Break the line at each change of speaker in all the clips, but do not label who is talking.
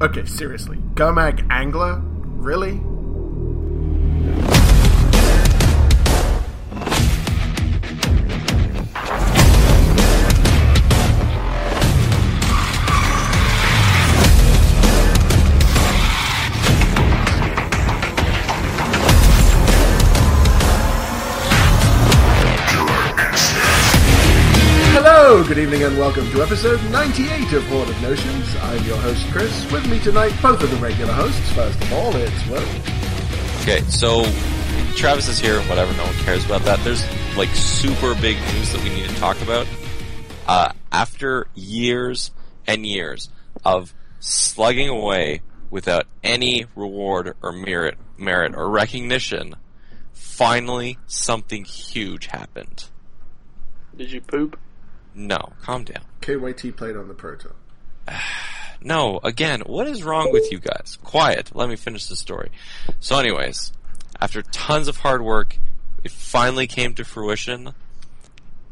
Okay, seriously. Gomag Angler? Really? Hello, good evening, and welcome to episode 98 of Horde of Notions. I'm your host, Chris. With me tonight, both of the regular hosts. First of all, it's Will.
Okay, so Travis is here. Whatever, no one cares about that. There's like super big news that we need to talk about. Uh, after years and years of slugging away without any reward or merit, merit or recognition, finally something huge happened.
Did you poop?
No, calm down.
KYT played on the Proto.
No, again, what is wrong with you guys? Quiet. Let me finish the story. So, anyways, after tons of hard work, it finally came to fruition.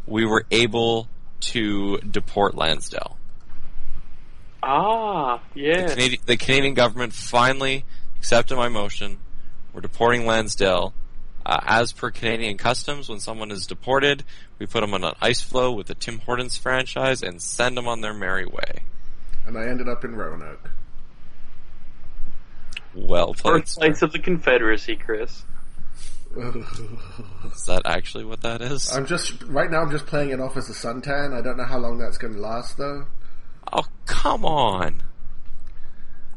We were able to deport Lansdale.
Ah,
The
yeah.
Canadian, the Canadian government finally accepted my motion. We're deporting Lansdale. Uh, as per Canadian customs, when someone is deported, we put them on an ice floe with the Tim Hortons franchise and send them on their merry way.
And I ended up in Roanoke.
Well played. sir.
Birthplace of the Confederacy, Chris.
Is that actually what that is?
I'm just, right now, I'm just playing it off as a suntan. I don't know how long that's going to last, though.
Oh, come on.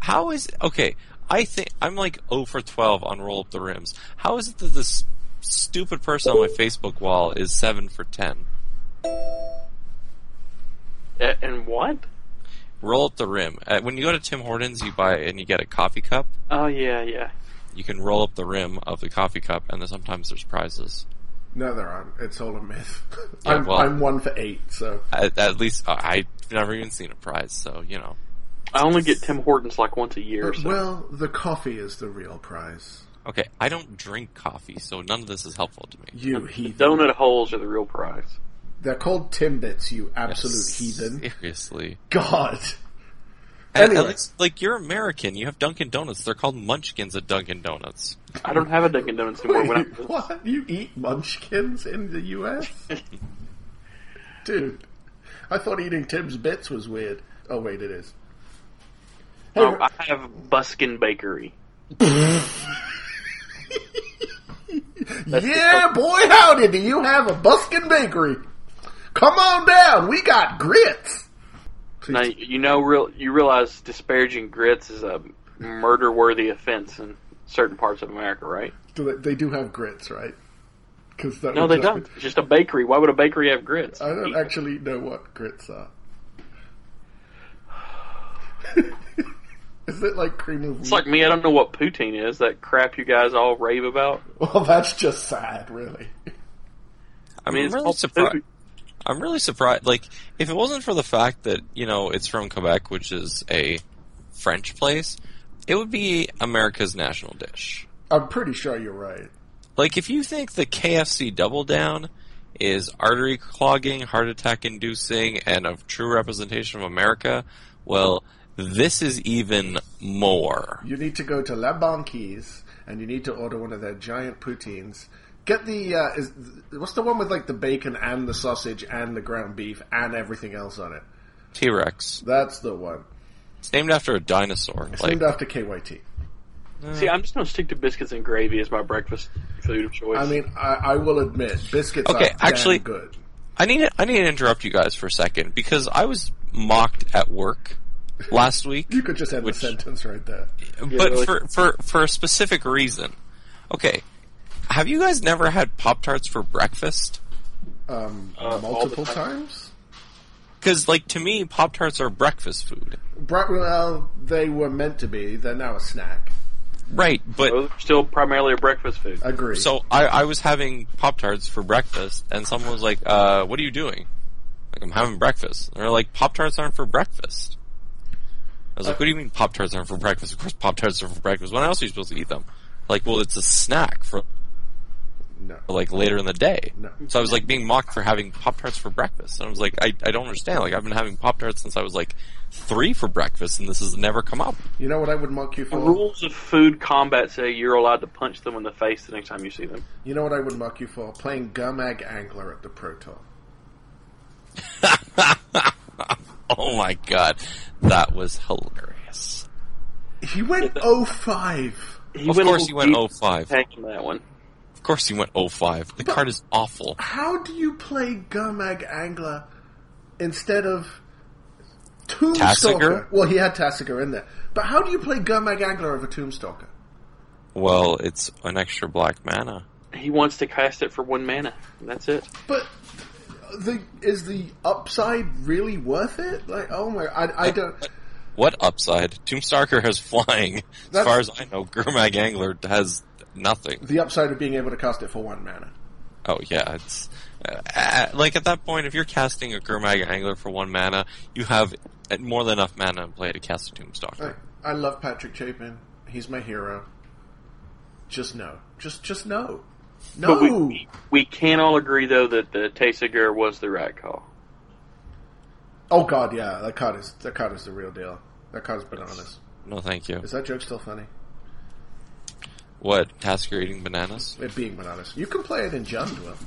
How is okay? I think I'm like 0 for 12 on roll up the rims. How is it that this stupid person on my Facebook wall is 7 for 10?
A- and what?
Roll up the rim. Uh, when you go to Tim Hortons, you buy and you get a coffee cup.
Oh, yeah, yeah.
You can roll up the rim of the coffee cup, and then sometimes there's prizes.
No, there aren't. It's all a myth.
Yeah,
I'm,
well-
I'm one for eight, so.
At, at least uh, I've never even seen a prize, so you know.
I only get Tim Hortons like once a
Uh,
year or so.
Well, the coffee is the real prize.
Okay, I don't drink coffee, so none of this is helpful to me.
You heathen.
Donut holes are the real prize.
They're called Timbits, you absolute heathen.
Seriously.
God!
And
Anyway.
At least, like you're American, you have Dunkin' Donuts. They're called Munchkins at Dunkin' Donuts.
I don't have a Dunkin' Donuts anymore. When I,
what? You eat munchkins in the US? Dude, I thought eating Tim's bits was weird. Oh, wait, it is. Hey,
oh, I have Buskin Bakery.
yeah, boy, howdy, do you have a buskin bakery? Come on down, we got grits!
Now you know, real you realize disparaging grits is a murder-worthy offense in certain parts of America, right?
Do they, they do have grits, right? Cause that
No,
would
they
just
don't. It's just a bakery. Why would a bakery have grits?
Be, I don't actually know what grits are. is it like cream of wheat?
It's like me. I don't know what poutine is. That crap you guys all rave about.
well, that's just sad, really.
I
I
mean, I'm
mean, it's
really
called
surprised.
food.
I'm really surprised. Like, if it wasn't for the fact that you know it's from Quebec, which is a French place, it would be America's national dish.
I'm pretty sure you're right.
Like, if you think the KFC Double Down is artery clogging, heart attack inducing, and a true representation of America, well, this is even more.
You need to go to La Banquise and you need to order one of their giant poutines. Get the uh, is, what's the one with like the bacon and the sausage and the ground beef and everything else on it.
T Rex.
That's the one.
It's named after a dinosaur.
It's
Like,
named after KYT.
See, I'm just gonna stick to biscuits and gravy as my breakfast food of choice.
I mean, I, I will admit, biscuits
Okay,
are
actually-
damn good.
I need to, I need to interrupt you guys for a second because I was mocked at work last week,
You could just end
Which-
the sentence right there.
but
really.
for, for for a specific reason. Okay, have you guys never had Pop Tarts for breakfast?
Um,
Uh, all the
multiple
time.
times.
Because like to me, Pop Tarts are breakfast food,
Bra- well, they were meant to be. They're now a snack.
right? But
Those are still primarily a breakfast food.
Agree.
so I, I was having Pop Tarts for breakfast, and someone was like, uh, "What are you doing?" Like I'm having breakfast. And they're like, "Pop Tarts aren't for breakfast." I was like, "What do you mean Pop Tarts aren't for breakfast? Of course, Pop Tarts are for breakfast. When else are you supposed to eat them?" Like, well, it's a snack for
No.
or, like later in the day.
No.
So I was like being mocked for having Pop Tarts for breakfast. And I was like, I, I don't understand. Like I've been having Pop Tarts since I was like three for breakfast and this has never come up.
You know what I would mock you
The
for?
rules of food combat say you're allowed to punch them in the face the next time you see them.
You know what I would mock you for? Playing Gumag Angler at the Pro Tour.
Oh my god. That was hilarious.
He went 05.
He
Of
went oh a
course
little
he went
deep
05.
taking that one.
Of course he went 05. The card is awful.
How do you play Gumag Angler instead of Tombstalker?
Tassiger?
Well, he had Tassiger in there. But how do you play Gumag Angler over Tombstalker?
Well, it's an extra black mana.
He wants to cast it for one mana. and That's it.
But the is the upside really worth it? Like, oh my, I, I don't.
What upside? Tombstalker has flying. As
That's-
far as I know, Gurmag Angler has nothing.
The upside of being able to cast it for one mana.
Oh yeah, it's uh, uh, like at that point, if you're casting a Gurmag Angler for one mana, you have uh, more than enough mana in play to cast a Tombstalker.
I, I love Patrick Chapin. He's my hero. Just no. Just just no. No.
But we, we we can all agree though that the Tasegur was the right call.
oh god, yeah. That card is that card is the real deal. That card is bananas.
No, thank you.
Is that joke still funny?
What Tasker eating bananas?
It being bananas. You can play it in Jundwell.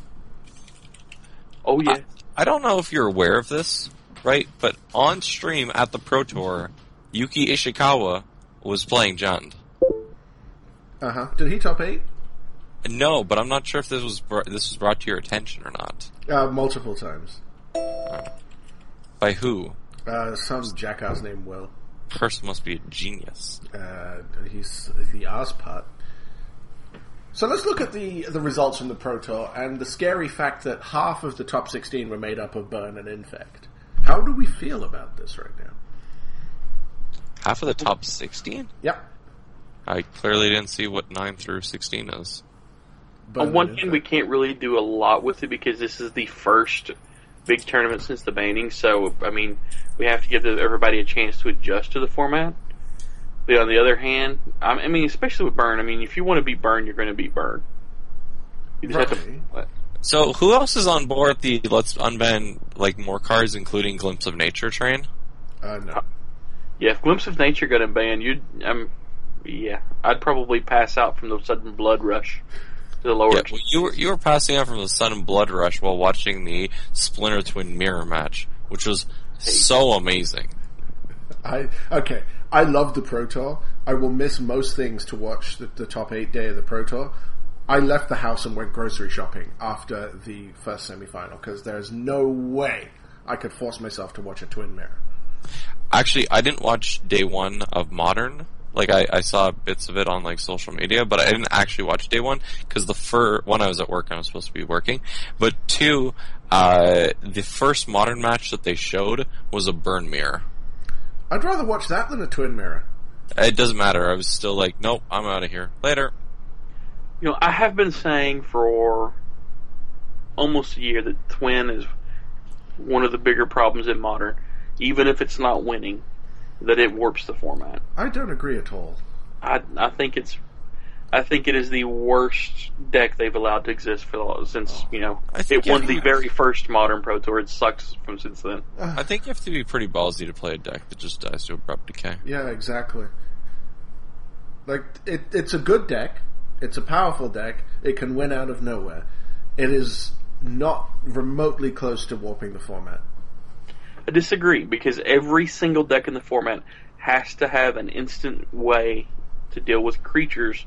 Oh yeah.
I don't know if you're aware of this, right? But on stream at the Pro Tour, Yuki Ishikawa was playing Jund.
Uh huh. Did he top eight?
No, but I'm not sure if this was br- this was brought to your attention or not.
Uh, multiple times.
By who?
Uh, some jackass named Will.
Person must be a genius.
Uh, he's the ass part. So let's look at the the results from the Pro Tour and the scary fact that half of the top 16 were made up of Burn and Infect. How do we feel about this right now?
Half of the top 16.
Yep.
I clearly didn't see what 9 through 16 is.
Burn
On one
and
hand, we
Infect.
can't really do a lot with it because this is the first big tournament since the banning. So I mean, we have to give everybody a chance to adjust to the format. But on the other hand, I I mean, especially with Burn, I mean, if you want to be Burn, you're going to be Burn. You just have to.
So, who else is on board the let's unban like more cards, including Glimpse of Nature train?
Uh, no.
Yeah, if Glimpse of Nature got in ban, you'd um, yeah, I'd probably pass out from the sudden blood rush to the lower.
Yeah, well, you were you were passing out from the Sun and Blood Rush while watching the Splinter Twin Mirror match, which was so amazing.
I okay. I love the Pro Tour. I will miss most things to watch the, the top eight day of the Pro Tour. I left the house and went grocery shopping after the first semifinal because there's no way I could force myself to watch a twin mirror.
Actually, I didn't watch day one of Modern. Like I, I saw bits of it on like social media, but I didn't actually watch day one because the fir- one I was at work and I was supposed to be working. But two, uh, the first Modern match that they showed was a burn mirror.
I'd rather watch that than a twin mirror.
It doesn't matter. I was still like, nope, I'm out of here. Later.
You know, I have been saying for almost a year that Twin is one of the bigger problems in modern, even if it's not winning, that it warps the format.
I don't agree at all.
I I think it's I think it is the worst deck they've allowed to exist for the, since you know
I think
it won the
everyone-
very first modern pro tour. It sucks from since then.
I think you have to be pretty ballsy to play a deck that just dies to abrupt decay.
Yeah, exactly. Like it, it's a good deck. It's a powerful deck. It can win out of nowhere. It is not remotely close to warping the format.
I disagree because every single deck in the format has to have an instant way to deal with creatures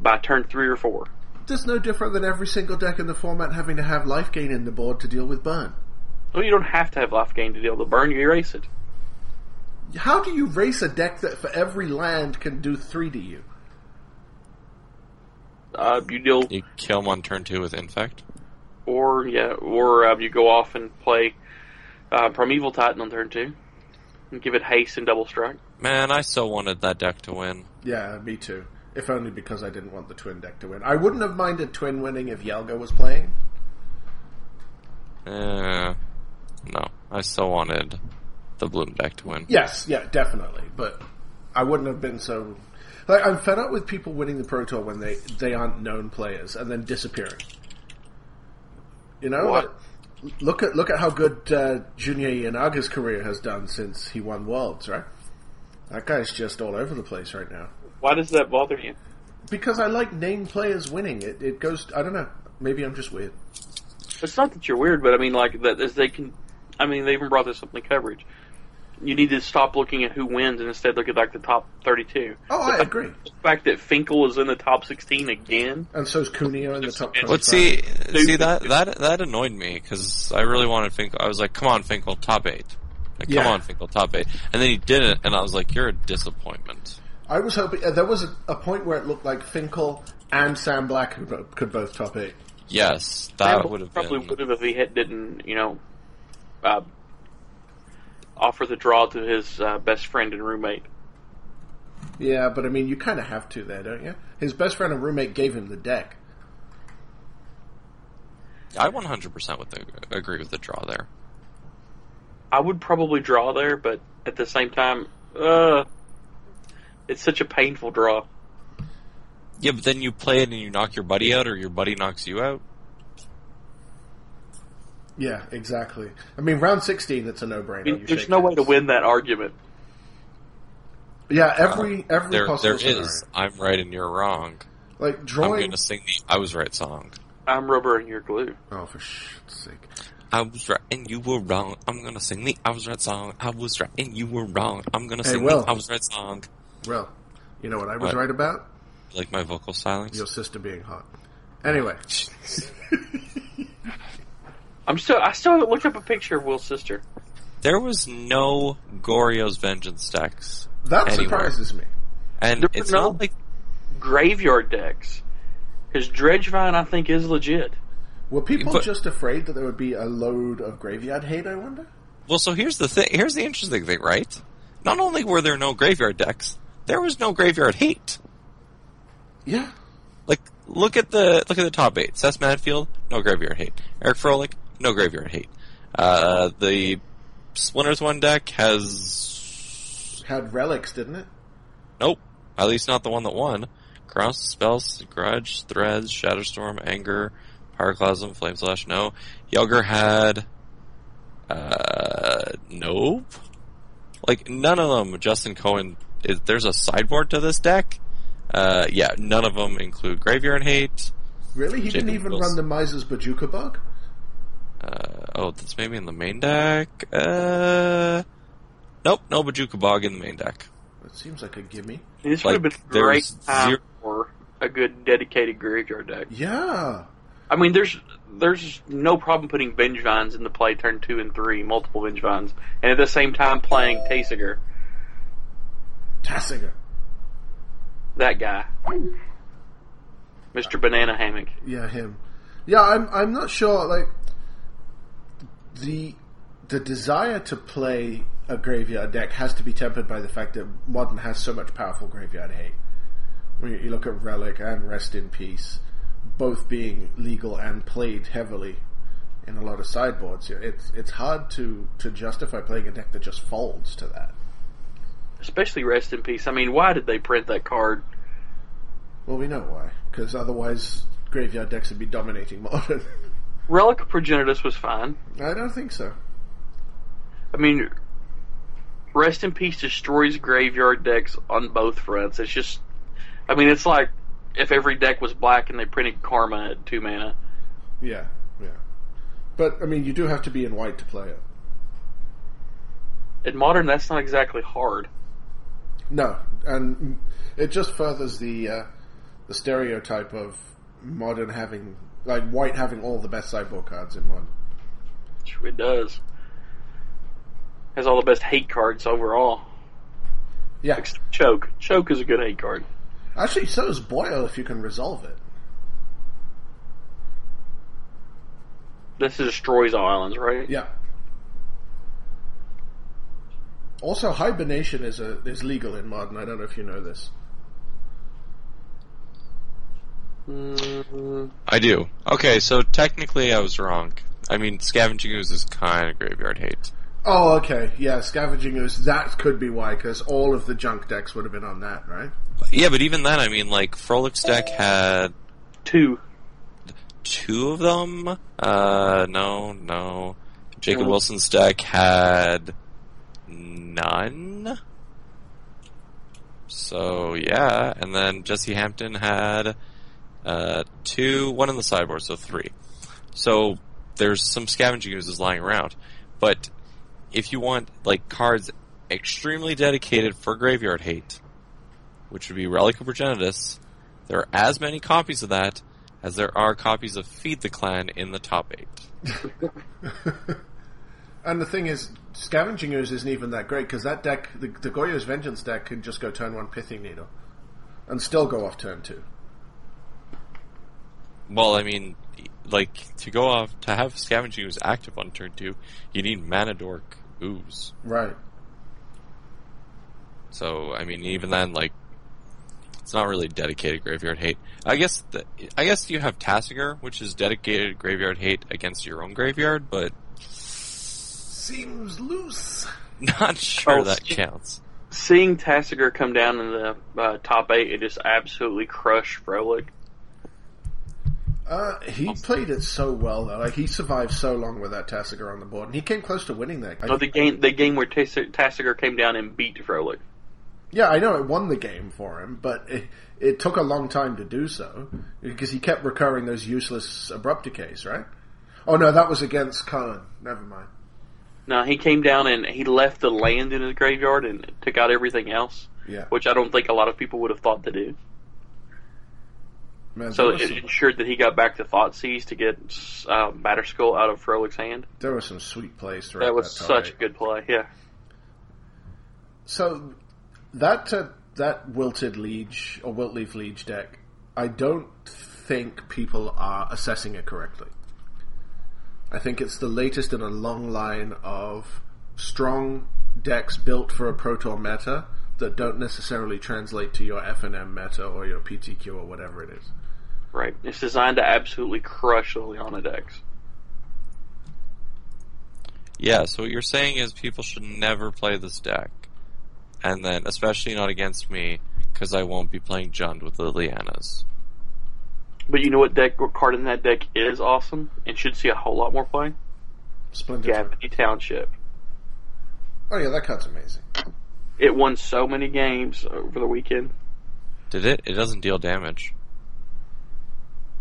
by turn three or four.
That's no different than every single deck in the format having to have life gain in the board to deal with burn.
Well, you don't have to have life gain to deal with the burn. You erase it.
How do you race a deck that for every land can do three to you?
Uh, you deal,
You kill him on turn two with Infect.
or yeah, or uh, you go off and play uh, Primeval Titan on turn two, and give it haste and double strike.
Man, I so wanted that deck to win.
Yeah, me too. If only because I didn't want the twin deck to win. I wouldn't have minded twin winning if Yelga was playing.
Uh, no, I still wanted the Bloom deck to win.
Yes, yeah, definitely. But I wouldn't have been so. Like, I'm fed up with people winning the Pro Tour when they, they aren't known players and then disappearing. You know,
What?
Like, look at look at how good uh, Junior Yanaga's career has done since he won Worlds, right? That guy's just all over the place right now.
Why does that bother you?
Because I like name players winning. It, it goes. I don't know. Maybe I'm just weird.
It's not that you're weird, but I mean, like that as they can. I mean, they even brought this up in the coverage. You need to stop looking at who wins and instead look at like the top 32.
Oh, I agree.
The fact that Finkel is in the top 16 again.
And so's Cuneo in the top.
Let's
But
25.
see, see that that that annoyed me because I really wanted Finkel. I was like, "Come on, Finkel, top eight. Like,
Yeah.
Come on, Finkel, top eight. And then he didn't, and I was like, "You're a disappointment."
I was hoping uh, there was a, a point where it looked like Finkel and Sam Black could, bo- could both top eight.
Yes, that
Sam
would have
probably
been.
would have if he had, didn't, you know, uh, offer the draw to his uh, best friend and roommate.
Yeah, but I mean, you kind of have to there, don't you? His best friend and roommate gave him the deck.
I 100% would ag- agree with the draw there.
I would probably draw there, but at the same time, uh, it's such a painful draw.
Yeah, but then you play it and you knock your buddy out, or your buddy knocks you out.
Yeah, exactly. I mean, round sixteen, it's a no-brainer.
I mean,
You
there's
shake
no way to
hands.
win that argument.
Yeah, every every
There, there
possible scenario.
is. I'm right and you're wrong.
Like
I'm
drawing.
gonna sing the "I was right" song.
I'm rubber and you're glue.
Oh, for shit's sake!
I was right and you were wrong. I'm gonna sing the "I was right" song. I was right and you were wrong. I'm gonna
Hey,
sing
Will.
the "I was right" song.
Well, you know what I was
What?
right about?
Like my vocal stylings.
Your sister being hot. Anyway,
I'm still. I still haven't looked up a picture of Will's sister.
There was no Gorio's Vengeance decks,
that
Anywhere.
surprises me.
and
There were
it's
no-
not like
Graveyard decks. Because Dredgevine, I think, is legit.
Were people
But-
just afraid that there would be a load of graveyard hate? I wonder.
Well, so here's the thing. Here's the interesting thing, right? Not only were there no graveyard decks, there was no graveyard hate.
Yeah,
Like, look at the look at the top eight: Seth Madfield, no graveyard hate; Eric Froelich, no graveyard hate. Uh, the Splinters one deck has
had relics, didn't it?
nope. At least not the one that won. Grouse, spells, grudge, threads, shatterstorm, anger, pyroclasm, flame slash. No, Yelger had uh nope. Like none of them. Justin Cohen. Is, there's a sideboard to this deck. Uh, yeah, none of them include graveyard hate.
Really, he didn't
Jacob
even run
Wilson.
the Miser's Bajuka bug.
Uh, oh, that's maybe in the main deck. Uh, nope, no Bajuka Bog in the main deck.
That seems like a gimme.
This
Like,
would have been a
there's
great time
zero-
for a good dedicated graveyard deck.
Yeah,
I mean, there's there's no problem putting Vengevines into play turn two and three, multiple Vengevines, and at the same time playing Tasigur,
Tassiger.
that guy, Mr. Banana Hammock.
Yeah, him. Yeah, I'm. I'm not sure. Like the the desire to play a graveyard deck has to be tempered by the fact that modern has so much powerful graveyard hate. When you- you look at Relic and Rest in Peace, both being legal and played heavily in a lot of sideboards, you know, it's it's hard to to justify playing a deck that just folds to that.
Especially rest in peace. I mean, why did they print that card?
Well, we know why, because otherwise graveyard decks would be dominating modern.
Relic of Progenitus was fine.
I don't think so.
I mean, rest in peace destroys graveyard decks on both fronts. It's just, I mean, it's like if every deck was black and they printed Karma at two mana.
Yeah, yeah. But I mean, you do have to be in white to play it.
In modern, that's not exactly hard.
No, and it just furthers the uh, the stereotype of modern having like white having all the best sideboard cards in modern.
It does. Has all the best hate cards overall.
Yeah,
Except Choke. Choke is a good hate card.
actually, so is Boyle if you can resolve it.
This destroys all islands, right?
Yeah. Also, hibernation is a is legal in modern. I don't know if you know this.
Mm,
I do. Okay, so technically I was wrong. I mean, Scavenging Ooze is kind of graveyard hate.
Oh, okay. Yeah, scavenging ooze. That could be why, because all of the junk decks would have been on that, right?
Yeah, but even then, I mean, like Frolic deck had
two.
two of them. Uh, no, no. Jacob Wilson's deck had none. So yeah, and then Jesse Hampton had uh, two, one in the sideboard, so three. So there's some scavenging oozes lying around, but if you want like cards extremely dedicated for graveyard hate, which would be Relic of Progenitus, there are as many copies of that as there are copies of Feed the Clan in the top eight.
And the thing is, Scavenging Ooze isn't even that great because that deck, the, the Goyo's Vengeance deck, can just go turn one Pithing Needle and still go off turn two.
Well, I mean, like to go off to have scavenging ooze active on turn two, you need mana dork ooze.
Right.
So I mean, even then, like it's not really dedicated graveyard hate. I guess the, I guess you have Tassiger, which is dedicated graveyard hate against your own graveyard, but
Seems loose.
not sure
Oh,
that
shit.
counts.
Seeing Tassiger come down in the uh, top eight, it just absolutely crushed Frolic.
Uh, he played it so well though. Like he survived so long with that Tassiger on the board, and he came close to winning that.
Oh, the game, the game where Tassiger, Tassiger came down and beat Frolic.
Yeah, I know it won the game for him, but it, it took a long time to do so because he kept recurring those useless abrupt decays, right? Oh no, that was against Cullen. Never mind.
No, he came down and he left the land in his graveyard and took out everything else,
Yeah.
which I don't think a lot of people would have thought to do.
Man,
So
there, were
it
some,
ensured that he got back to Thoughtseize to get uh, Batterskull out of Frolic's hand.
there were some sweet plays throughout
That was
that
such a
tie.
good play. Yeah,
So that uh, that wilted liege or wilt leaf liege deck, I don't think people are assessing it correctly. I think it's the latest in a long line of strong decks built for a proto meta that don't necessarily translate to your F and M meta or your PTQ or whatever it is.
right. It's designed to absolutely crush the Leona decks.
Yeah, so what you're saying is people should never play this deck, and then especially not against me because I won't be playing Jund with the Lianas.
But you know what deck what card in that deck is awesome and should see a whole lot more play?
Splendid.
Gravity Township.
Oh yeah, that card's amazing.
It won so many games over the weekend.
Did it? It doesn't deal damage.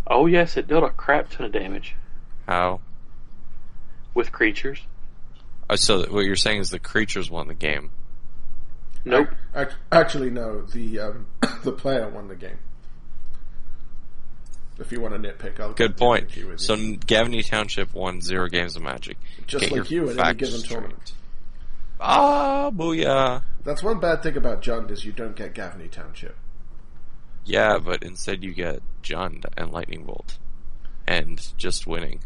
Oh yes, it dealt a crap ton of damage
How?
with creatures.
Uh, so th- what you're saying is the creatures won the game.
Nope.
Act- Actually, no. The um, the player won the game. If you want to nitpick, I'll
Good point.
nitpick you with
So
you.
N- Gavinny Township won zero games of Magic.
Just
Get
like
your
you at any
facts
given tournament.
Ah, booyah!
That's one bad thing about Jund is you don't get Gavney Township.
Yeah, but instead you get Jund and Lightning Bolt, and just winning.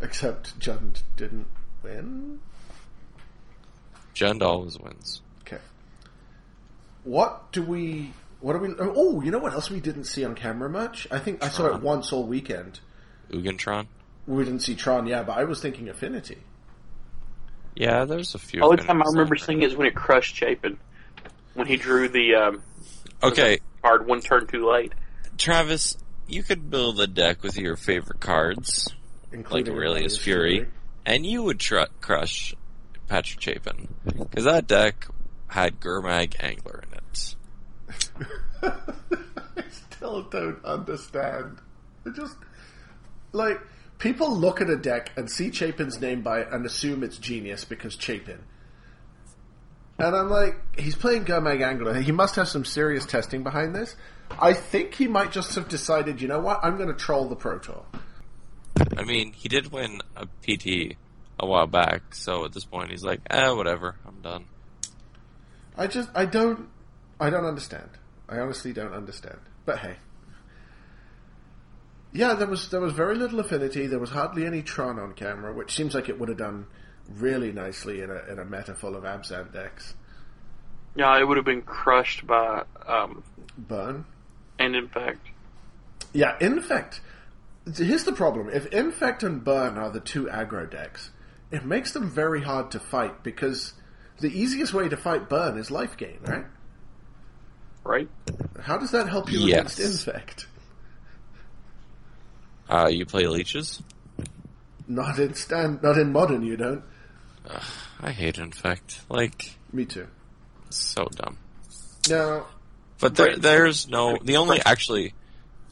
Except Jund didn't win.
Jund always wins.
Okay. What do we? What do we? Oh, you know what else we didn't see on camera much? I think I saw it
Tron.
once all weekend.
Ugentron.
We didn't see Tron, yeah, but I was thinking Affinity.
Yeah, there's a few.
The only
Finnegan's
time I
on
remember
there.
seeing it is when it crushed Chapin when he drew the um,
Okay,
card one turn too late.
Travis, you could build a deck with your favorite cards, like
Including
Aurelius
Aurelius
Fury, and you would tr- crush Patrick Chapin because that deck had Gurmag Angler in it.
I still don't understand. I just like people look at a deck and see Chapin's name by it and assume it's genius because Chapin. And I'm like, he's playing Gurmag Angler. He must have some serious testing behind this. I think he might just have decided, you know what, I'm going to troll the Pro Tour.
I mean, he did win a PT a while back, so at this point he's like, eh, whatever, I'm done.
I just, I don't, I don't understand. I honestly don't understand. But hey, yeah, there was there was very little affinity. There was hardly any Tron on camera, which seems like it would have done really nicely in a in a meta full of absent decks.
Yeah, it would have been crushed by um,
Burn,
and in fact,
yeah, Infect. Here's the problem: if Infect and Burn are the two aggro decks, it makes them very hard to fight because the easiest way to fight Burn is life gain, right?
right?
How does that help you
Yes.
against Infect?
Uh, you play leeches?
Not in stand, not in modern. You don't.
I hate infect. Like
Me too.
so dumb.
Now,
But there,
Right.
there's no the only actually.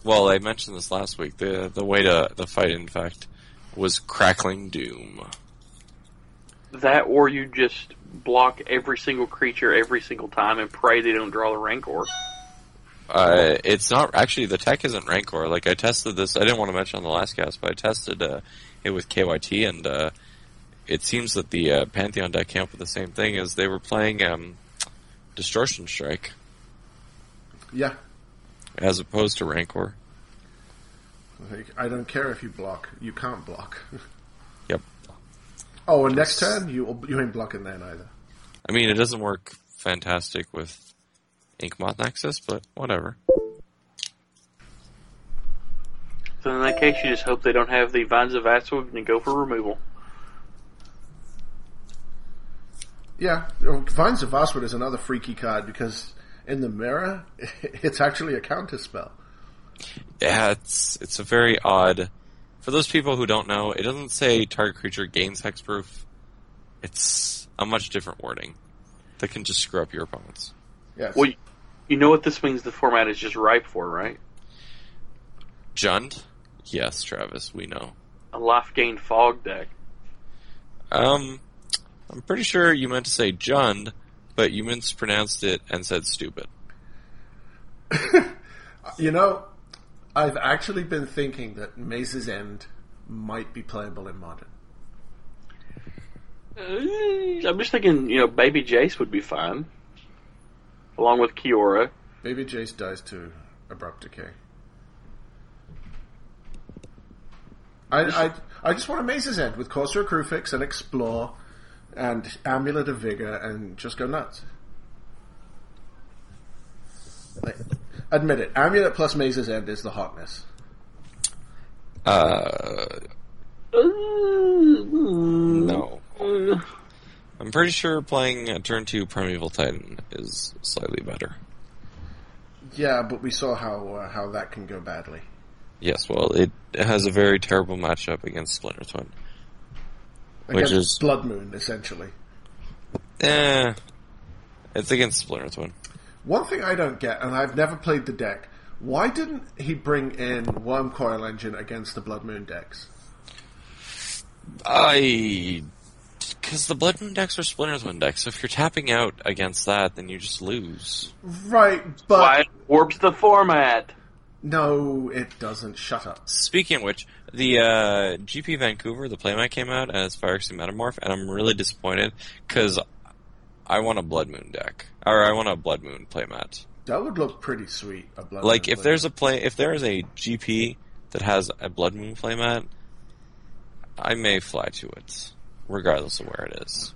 Well, I mentioned this last week. the The way to the fight, in fact, was crackling doom.
That or you just block every single creature every single time and pray they don't draw the rancor.
Uh, it's not actually the tech isn't rancor. Like I tested this. I didn't want to mention on the last cast, but I tested uh, it with KYT, and uh, it seems that the uh, Pantheon deck came up with the same thing. As they were playing um, Distortion Strike
yeah,
as opposed to rancor.
like, I don't care if you block. You can't block.
Yep.
Oh, and next turn you you ain't blocking then either.
I mean, it doesn't work fantastic with Ink Moth Nexus, but whatever.
So in that case, you just hope they don't have the vines of Aswig and go for removal.
Yeah, oh, Vines of Vastwood is another freaky card because in the mirror, it's actually a counter spell.
Yeah, it's it's a very odd. For those people who don't know, it doesn't say target creature gains hexproof. It's a much different wording that can just screw up your opponents.
Yes.
Well, you- you know what this means the format is just ripe for, right?
Jund, yes, Travis, we know.
A life gain fog deck.
Um, I'm pretty sure you meant to say Jund, but you mispronounced it and said stupid.
you know, I've actually been thinking that Maze's End might be playable in modern.
Uh, I'm just thinking, you know, Baby Jace would be fine, along with Kiora.
Maybe Jace dies to abrupt decay. I, I, I just want a Maze's End with Corsair Crufix and Explore and Amulet of Vigor and just go nuts. Like, admit it, Amulet plus Maze's End is the hotness.
Uh, no. I'm pretty sure playing uh, turn two Primeval Titan is slightly better.
Yeah, but we saw how uh, how that can go badly.
Yes, well, it has a very terrible matchup against Splinter Twin. Which
Against
is-
Blood Moon, essentially.
Eh, it's against Splinter Twin.
One thing I don't get, and I've never played the deck, why didn't he bring in Worm Coil Engine against the Blood Moon decks?
I, because the Blood Moon decks are Splinter Twin decks. So if you're tapping out against that, then you just lose.
Right, but
Why it warps the format?
no, it doesn't. Shut up.
Speaking of which, the uh, GP Vancouver, the playmat came out as Phyrexian Metamorph, and I'm really disappointed because I want a Blood Moon deck, or I want a Blood Moon playmat.
That would look pretty sweet. A Blood
Like
Moon
if there's a play, if there is a GP that has a Blood Moon playmat, I may fly to it, regardless of where it is.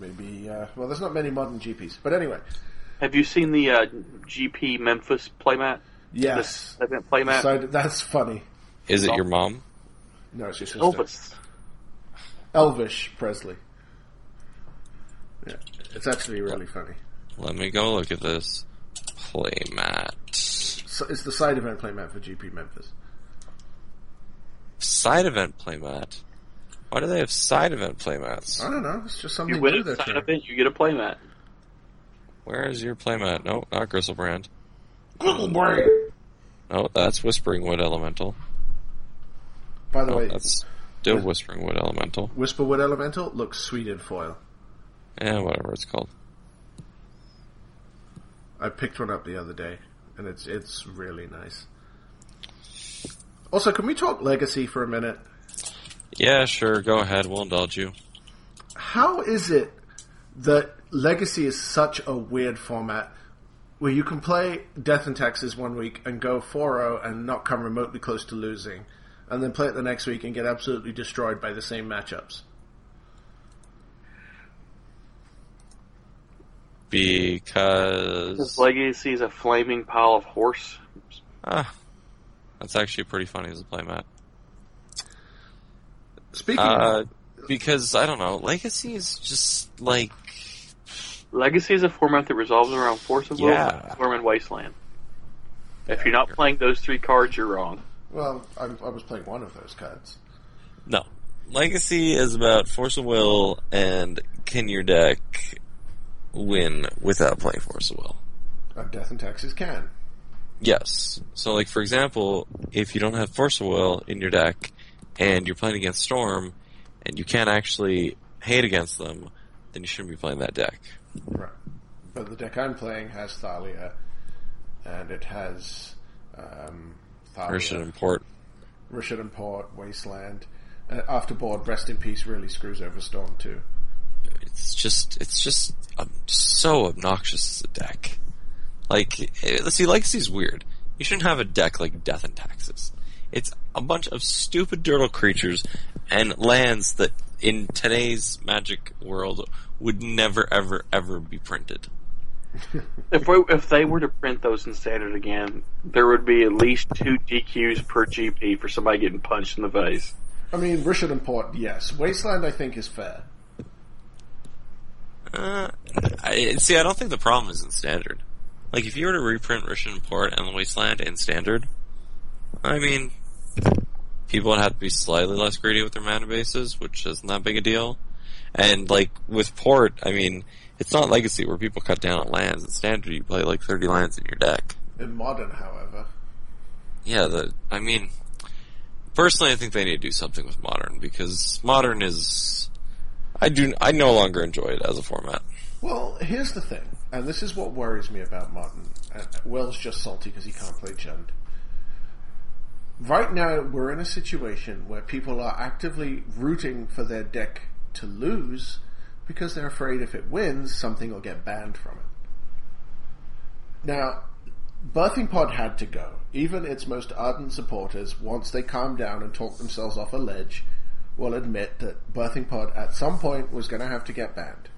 maybe. Uh, well, there's not many modern GPs, but anyway,
Have you seen the uh, GP Memphis playmat?
yes,
The second playmat?
so that's funny.
Is it your mom?
No, it's just
Elvis.
Elvish Presley. Yeah, it's actually really funny.
Let me go look at this playmat.
So it's the side event playmat for GP Memphis.
Side event playmat. Why do they have side event playmats?
I don't know. It's just something
You win
new uh,
a
they're
sign
trying.
of it, you get a playmat.
Where is your playmat? No, not Gristlebrand. No, that's Whispering Wood Elemental.
By the
Oh,
No,
way,
that's still Whispering Wood Elemental.
Whisperwood Elemental looks sweet in foil.
Yeah, whatever it's called.
I picked one up the other day, and it's it's really nice. Also, can we talk legacy for a minute?
Yeah, sure, go ahead, we'll indulge you.
How is it that legacy is such a weird format where you can play Death and Taxes one week and go 4-0 and not come remotely close to losing, and then play it the next week and get absolutely destroyed by the same matchups?
Because
This legacy is a flaming pile of horse.
ah, that's actually pretty funny as a playmat.
Speaking
Uh,
of,
because I don't know, Legacy is just like
Legacy is a format that resolves around Force of Will,
Yeah.
Storm, and Wasteland. If you're not playing those three cards, you're wrong.
Well, I, I was playing one of those cards.
No. Legacy is about force of will and can your deck win without playing force of will.
Uh, Death and Taxes can.
Yes. So, like for example, if you don't have Force of Will in your deck, and you're playing against Storm, and you can't actually hate against them, then you shouldn't be playing that deck.
Right. But the deck I'm playing has Thalia, and it has um, Thalia,
Or should import.
Rishadam Port, Wasteland. Uh, Afterboard, Rest in Peace really screws over Storm too.
It's just, it's just um, so obnoxious as a deck. Like, eh, see, Legacy's weird. You shouldn't have a deck like Death and Taxes. It's a bunch of stupid dirtle creatures and lands that in today's Magic world would never, ever, ever be printed.
If we, if they were to print those in standard again, there would be at least two DQs per GP for somebody getting punched in the face.
I mean, Rishadam Port, yes. Wasteland, I think, is fair.
Uh, I, see, I don't think the problem is in standard. Like, if you were to reprint Russian Port and the Wasteland in standard, I mean, people would have to be slightly less greedy with their mana bases, which isn't that big a deal. And, like, with Port, I mean, it's not Legacy where people cut down on lands. In standard, you play, like, 30 lands in your deck.
In Modern, however,
Yeah, the, I mean, personally, I think they need to do something with Modern, because Modern is, I do, I no longer enjoy it as a format.
Well, here's the thing, and this is what worries me about Martin. And Will's just salty because he can't play Chund. Right now, we're in a situation where people are actively rooting for their deck to lose because they're afraid if it wins, something will get banned from it. Now, Birthing Pod had to go. Even its most ardent supporters, once they calm down and talk themselves off a ledge, will admit that Birthing Pod at some point was going to have to get banned.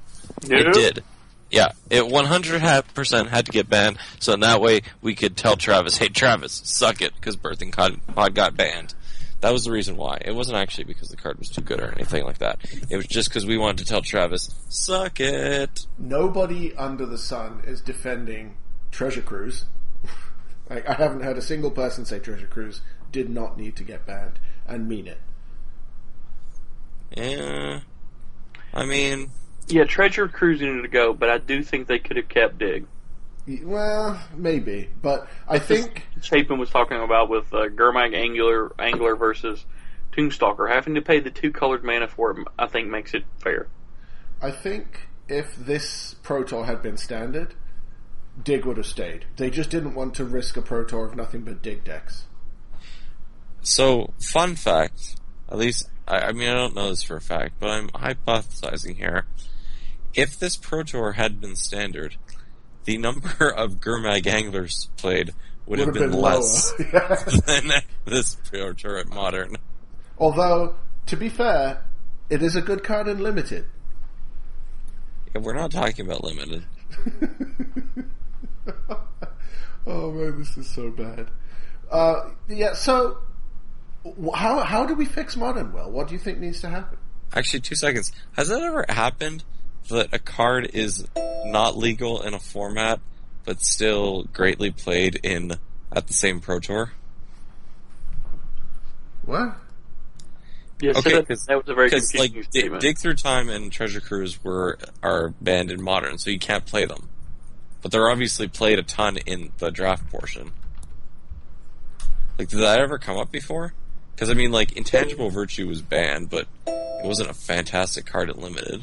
It did. Yeah, it 100% had to get banned, so in that way we could tell Travis, hey Travis, suck it, because Birthing Pod, Pod got banned. That was the reason why. It wasn't actually because the card was too good or anything like that. It was just because we wanted to tell Travis, suck it.
nobody under the sun is defending Treasure Cruise. like, I haven't heard a single person say Treasure Cruise did not need to get banned and mean it.
Yeah. I mean,
Yeah, Treasure Cruise needed to go, but I do think they could have kept Dig.
Y- Well, maybe, but I think
Chapin was talking about with uh, Gurmag Angular Angler versus Tombstalker having to pay the two colored mana for it. I think makes it fair.
I think if this Pro Tour had been standard, Dig would have stayed. They just didn't want to risk a Pro Tour of nothing but Dig decks.
So, fun fact, at least, I, I mean, I don't know this for a fact, but I'm hypothesizing here. If this Pro Tour had been standard, the number of Gurmag anglers played would, have, been,
lower.
less than this Pro Tour at Modern.
Although, to be fair, it is a good card in limited.
And we're not talking about limited.
oh man, this is so bad. Uh, yeah, so wh- how how do we fix modern? Well, what do you think needs to happen?
Actually, two seconds. Has that ever happened that a card is not legal in a format, but still greatly played in at the same Pro Tour?
What?
Yeah, so
Okay,
that,
'cause-
that was a very
Because
confusing
like Dig,
statement.
Dig Through Time and Treasure Cruise were are banned in modern, so you can't play them. But they're obviously played a ton in the draft portion. Like, did that ever come up before? Because I mean, like Intangible Virtue was banned, but it wasn't a fantastic card at limited.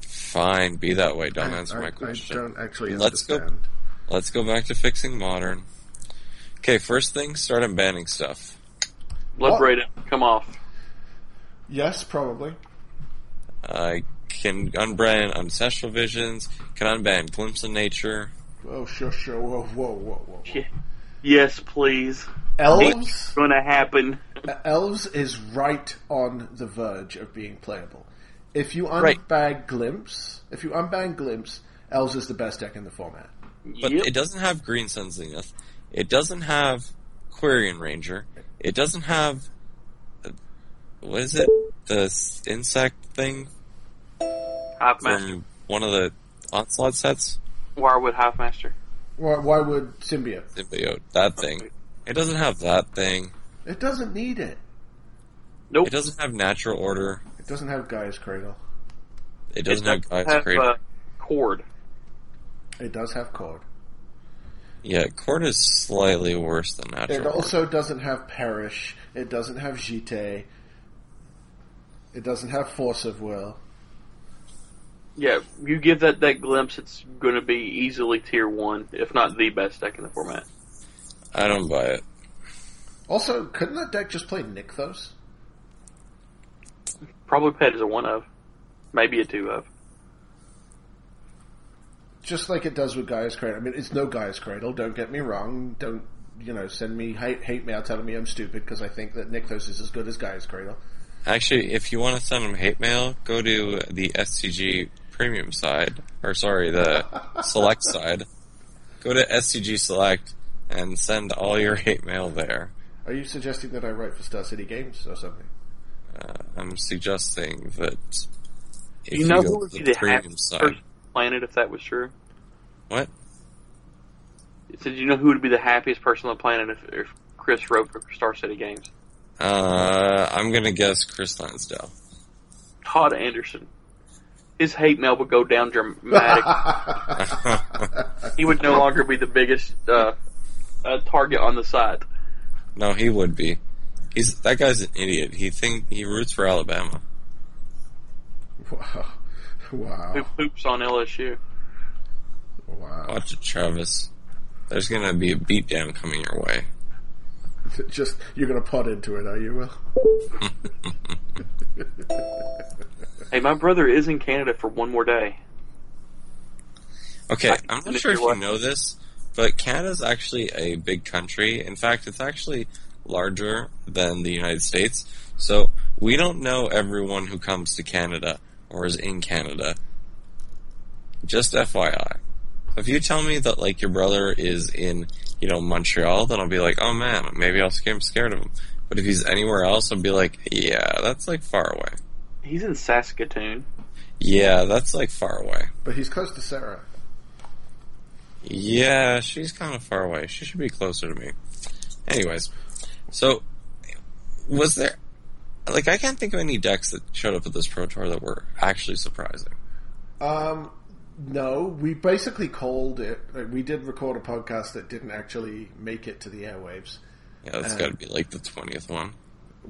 Fine, be that way. Don't answer
I,
my
I
question.
don't actually
Let's go-
understand.
Let's go back to fixing modern. Okay, first thing, start on banning stuff.
Blood braid come off.
Yes, probably.
I Uh, can unban ancestral visions. Can unban glimpse in nature.
Oh, sure, sure. Whoa, whoa, whoa, whoa. whoa.
Yeah. Yes, please.
Elves,
Going to happen.
elves is right on the verge of being playable. If you
Right.
unbag glimpse, if you unbag glimpse, elves is the best deck in the format.
But
yep.
it doesn't have green sun zenith. It doesn't have quarian ranger. It doesn't have uh, what is it? The s- insect thing
Hive Master.
from one of the onslaught sets.
Why would Hive Master?
Why, why would symbiote?
symbiote, that thing. It doesn't have that thing.
It doesn't need it.
Nope.
It doesn't have natural order.
It doesn't have Guy's Cradle.
It doesn't have Guy's
have,
Cradle.
uh, cord.
It does have Cord.
yeah, Cord is slightly worse than
It
natural. order.
also doesn't have Perish. It doesn't have Jite. It doesn't have Force of Will.
Yeah, you give that that glimpse, it's going to be easily tier one, if not the best deck in the format.
I don't buy it.
Also, couldn't that deck just play Nykthos?
Probably Pet is a one of, maybe a two of.
Just like it does with Guy's Cradle. I mean, it's no Guy's Cradle, don't get me wrong. Don't, you know, send me hate, hate mail telling me I'm stupid because I think that Nykthos is as good as Guy's Cradle.
Actually, if you want to send them hate mail, go to the SCG premium side, or sorry, the select side. Go to SCG select and send all your hate mail there.
Are you suggesting that I write for Star City Games or something?
Uh, I'm suggesting that if
you know
go
who would
to
be
the
the
premium
happiest
side,
person on the planet if that was true?
what?
It said, you know who would be the happiest person on the planet if, if Chris wrote for Star City Games?
Uh, I'm gonna guess Chris Lansdale.
Todd Anderson. His hate mail would go down dramatically. he would no longer be the biggest uh, uh, target on the site.
no, he would be. He's that guy's an idiot. He think he roots for Alabama.
Wow.
Who
Wow.
poops on LSU?
Wow.
Watch it, Travis. There's gonna be a beatdown coming your way.
Just, you're going to pot into it, are you, Will?
Hey, my brother is in Canada for one more day.
Okay,
I-
I'm not
if
sure if
you
you
want-
know this, but Canada's actually a big country. In fact, it's actually larger than the United States. So we don't know everyone who comes to Canada or is in Canada. Just FYI. If you tell me that like your brother is in, you know, Montreal, then I'll be like, oh man, maybe I'll sc- I'm scared of him. But if he's anywhere else, I'll be like, yeah, that's like far away.
He's in Saskatoon.
Yeah, that's like far away.
But he's close to Sarah.
Yeah, she's kind of far away. She should be closer to me. Anyways, so was there like I can't think of any decks that showed up at this pro tour that were actually surprising.
Um, no, we basically called it. Like, we did record a podcast that didn't actually make it to the airwaves.
Yeah, that's
Uh,
got to be like the twentieth one.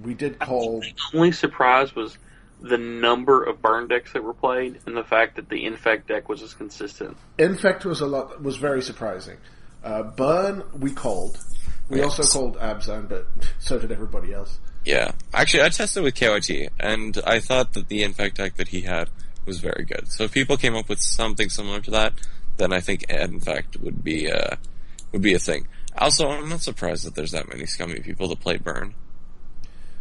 We did call.
The only surprise was the number of burn decks that were played and the fact that the infect deck was as consistent.
Infect was a lot. Was very surprising. Uh, Burn, we called. We
Yes.
also called Abzan, but so did everybody else.
Yeah, actually, I tested with KYT, and I thought that the infect deck that he had was very good. So if people came up with something similar to that, then I think infect would be uh, would be a thing. Also, I'm not surprised that there's that many scummy people that play burn.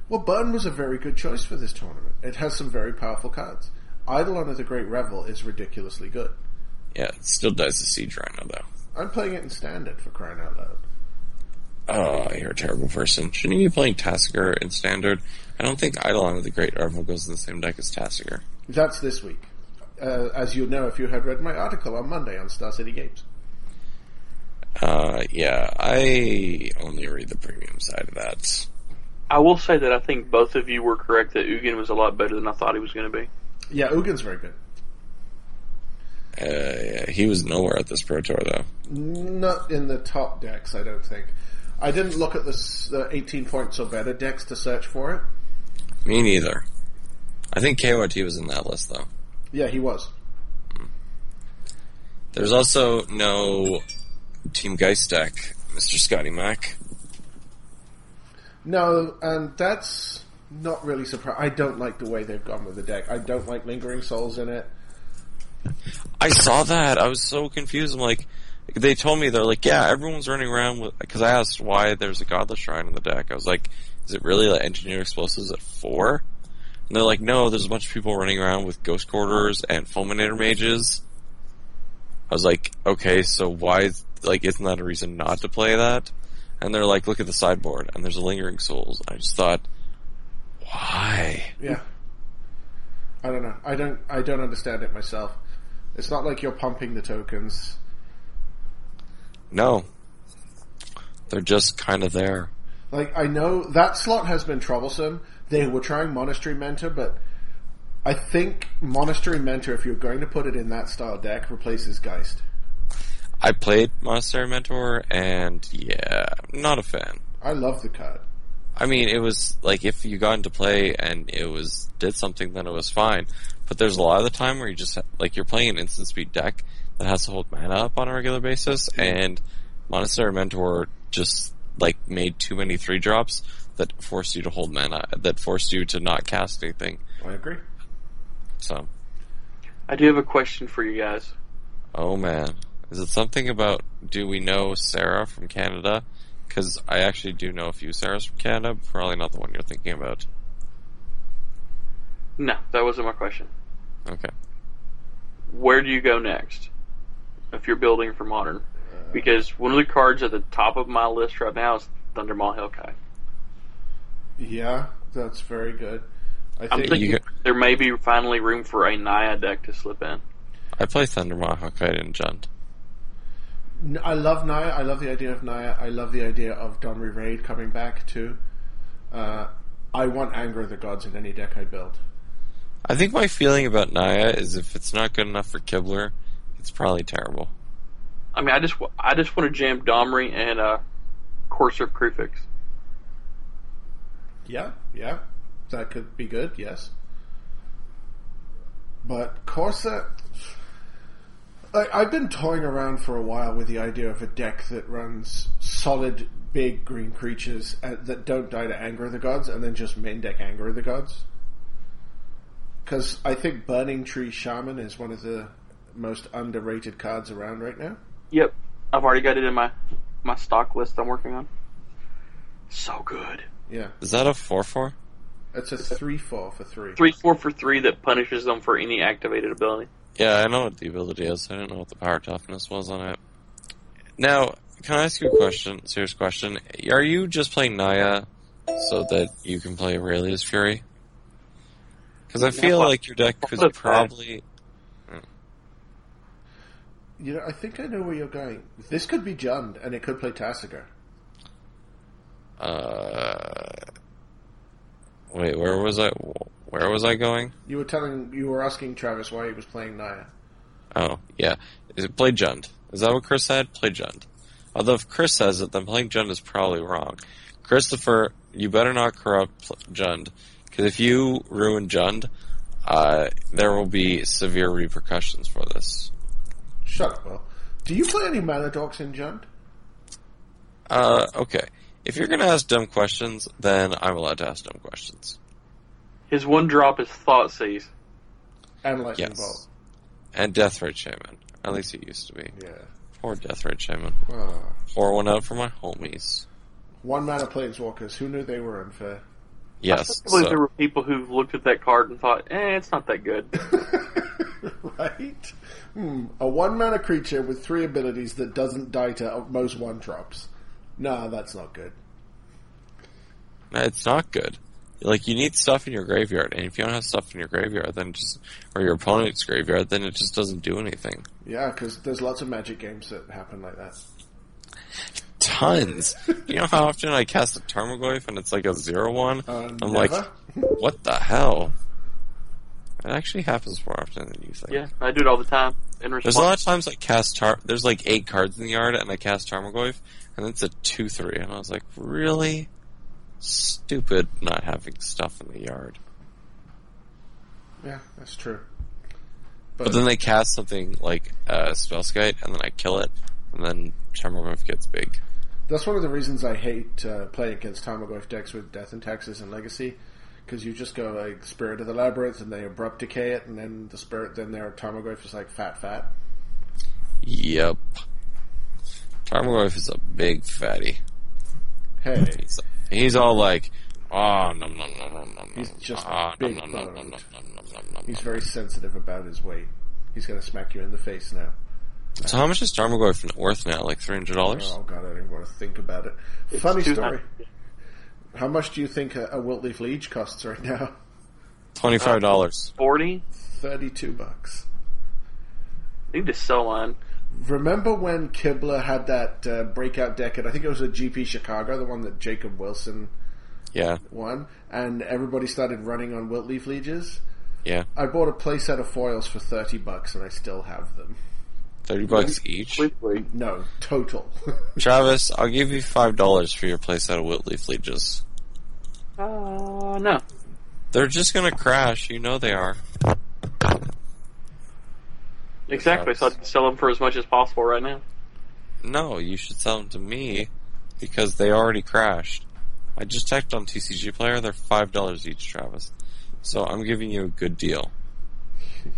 Well, Burn was a very good choice for this tournament. It has some very powerful cards. Eidolon of the Great Revel is ridiculously good.
Yeah, it still dies to siege rhino though.
I'm playing it in standard for crying out loud.
Oh, you're a terrible person. Shouldn't you be playing Tasker in standard? I don't think Eidolon of the Great Revel goes in the same deck as Tasker.
That's this week. Uh, as you'll know if you had read my article on Monday on Star City Games.
Uh, yeah, I only read the premium side of that.
I will say that I think both of you were correct that Ugin was a lot better than I thought he was going to be.
Yeah, Ugin's very good.
Uh, yeah, he was nowhere at this Pro Tour though.
Not in the top decks, I don't think. I didn't look at the s- uh, 18 points or better decks to search for it.
Me neither. I think KYT was in that list though.
Yeah, he was.
There's also no Team Geist deck, Mr. Scotty Mac.
No, and that's not really surprising. I don't like the way they've gone with the deck. I don't like Lingering Souls in it.
I saw that. I was so confused. I'm like, they told me they're like, yeah, everyone's running around with. Because I asked why there's a Godless Shrine in the deck. I was like, is it really like Engineer Explosives at four? And they're like, no, there's a bunch of people running around with Ghost Quarters and Fulminator Mages. I was like, okay, so why? Is, like, isn't that a reason not to play that? And they're like, look at the sideboard, and there's a Lingering Souls. I just thought, why?
Yeah. I don't know. I don't I don't understand it myself. It's not like you're pumping the tokens.
No. They're just kind of there.
Like I know that slot has been troublesome. They were trying Monastery Mentor, but I think Monastery Mentor, if you're going to put it in that style deck, replaces Geist.
I played Monastery Mentor, and yeah, I'm not a fan.
I love the card.
I mean, it was like if you got into play and it was did something, then it was fine. But there's a lot of the time where you just like you're playing an instant speed deck that has to hold mana up on a regular basis, and Monastery Mentor just like made too many three drops that forced you to hold mana, that forced you to not cast anything.
I agree.
So,
I do have a question for you guys.
oh man, is it something about do we know Sarah from Canada? Because I actually do know a few Sarahs from Canada, but probably not the one you're thinking about.
No, that wasn't my question.
Okay.
Where do you go next if you're building for modern? Because one of the cards at the top of my list right now is Thundermaw Hellkite.
Yeah, that's very good. I
I'm
think
thinking
You-
there may be finally room for a Naya deck to slip in.
I play Thundermaw, Hawkeye, and Jund.
N- I love Naya. I love the idea of Naya. I love the idea of Donry Raid coming back too. Uh, I want Anger of the Gods in any deck I build.
I think my feeling about Naya is if it's not good enough for Kibler, it's probably terrible.
I mean, I just wa- I just want to jam Domri and uh, Courser Prefix.
Yeah, yeah, that could be good. Yes, but Corsa, I, I've been toying around for a while with the idea of a deck that runs solid big green creatures uh, that don't die to anger of the gods, and then just main deck anger of the gods. Because I think Burning Tree Shaman is one of the most underrated cards around right now.
Yep, I've already got it in my my stock list I'm working on. So good.
Yeah,
Is that a 4 4?
it's a three four for three.
Three four for three that punishes them for any activated ability.
Yeah, I know what the ability is. I didn't know what the power toughness was on it. Now, can I ask you a question? Serious question. Are you just playing Naya so that you can play Aurelius Fury? Because I feel
No.
like your deck could
Look,
probably.
You know, I think I know where you're going. This could be Jund, and it could play Tassiger.
Uh, wait, where was I? Where was I going?
You were telling, you were asking Travis why he was playing Naya.
Oh, yeah. Is it play Jund? Is that what Chris said? Play Jund. Although if Chris says it, then playing Jund is probably wrong. Christopher, you better not corrupt pl- Jund, because if you ruin Jund, uh, there will be severe repercussions for this.
Shut up, Will. Do you play any Maladox in Jund?
Uh, okay. If you're gonna ask dumb questions, then I'm allowed to ask dumb questions.
His one drop is Thought Seize.
And Lightning
Yes.
Bolt.
And Death Ray Shaman. At least it used to be.
Yeah.
Poor Death Ray Shaman.
Ah.
Pour one out for my homies.
One mana planeswalkers. Who knew they were unfair?
Yes.
I believe
so-
there were people who looked at that card and thought, "Eh, it's not that good."
right? Hmm. A one mana creature with three abilities that doesn't die to at most one drops. Nah, that's not good.
No, It's not good. Like you need stuff in your graveyard, and if you don't have stuff in your graveyard, then it just or your opponent's graveyard, then it just doesn't do anything.
Yeah, because there's lots of magic games that happen like that.
Tons. you know how often I cast a Tarmogoyf and it's like a zero one.
Uh,
I'm
never?
like, what the hell? It actually happens more often than you think.
yeah, I do it all the time in
There's a lot
response.
of times I cast tar. There's like eight cards in the yard, and I cast Tarmogoyf, and it's a two three, and I was like, really stupid not having stuff in the yard.
Yeah, that's true.
But then they cast something like uh, Spellskite, and then I kill it, and then Chamberwolf gets big.
That's one of the reasons I hate uh, playing against Tamagoyf decks with Death and Taxes and Legacy, because you just go like Spirit of the Labyrinth and they abrupt decay it, and then the spirit, then their Tamagoyf is like fat, fat.
Yep. Chamberwolf is a big fatty.
Hey,
He's, he's all like, oh, nom nom nom nom nom.
He's
nom,
just
ah,
big
nom, nom, nom, nom, nom,
boned.
nom, nom, nom, nom.
he's very sensitive about his weight. He's gonna smack you in the face now.
So how much is Tarmogoyf worth now? Like three hundred dollars?
Oh god, I don't even want to think about it. Funny
too
story.
high.
How much do you think a, a Wiltleaf Liege costs right now?
Twenty five dollars.
Forty.
Thirty-two bucks.
I need to sell one.
Remember when Kibler had that uh, breakout decade? I think it was a GP Chicago, the one that Jacob Wilson
Yeah,
won, and everybody started running on Wilt Leaf Leeges.
yeah.
I bought a playset of foils for thirty bucks, and I still have them.
Thirty bucks each.
Completely.
No, total.
Travis, I'll give you five dollars for your place out of Whitleaf Legions.
Uh, no.
They're just gonna crash, you know they are.
Exactly. So I'd sell them for as much as possible right now.
No, you should sell them to me because they already crashed. I just checked on TCG Player; they're five dollars each, Travis. So I'm giving you a good deal.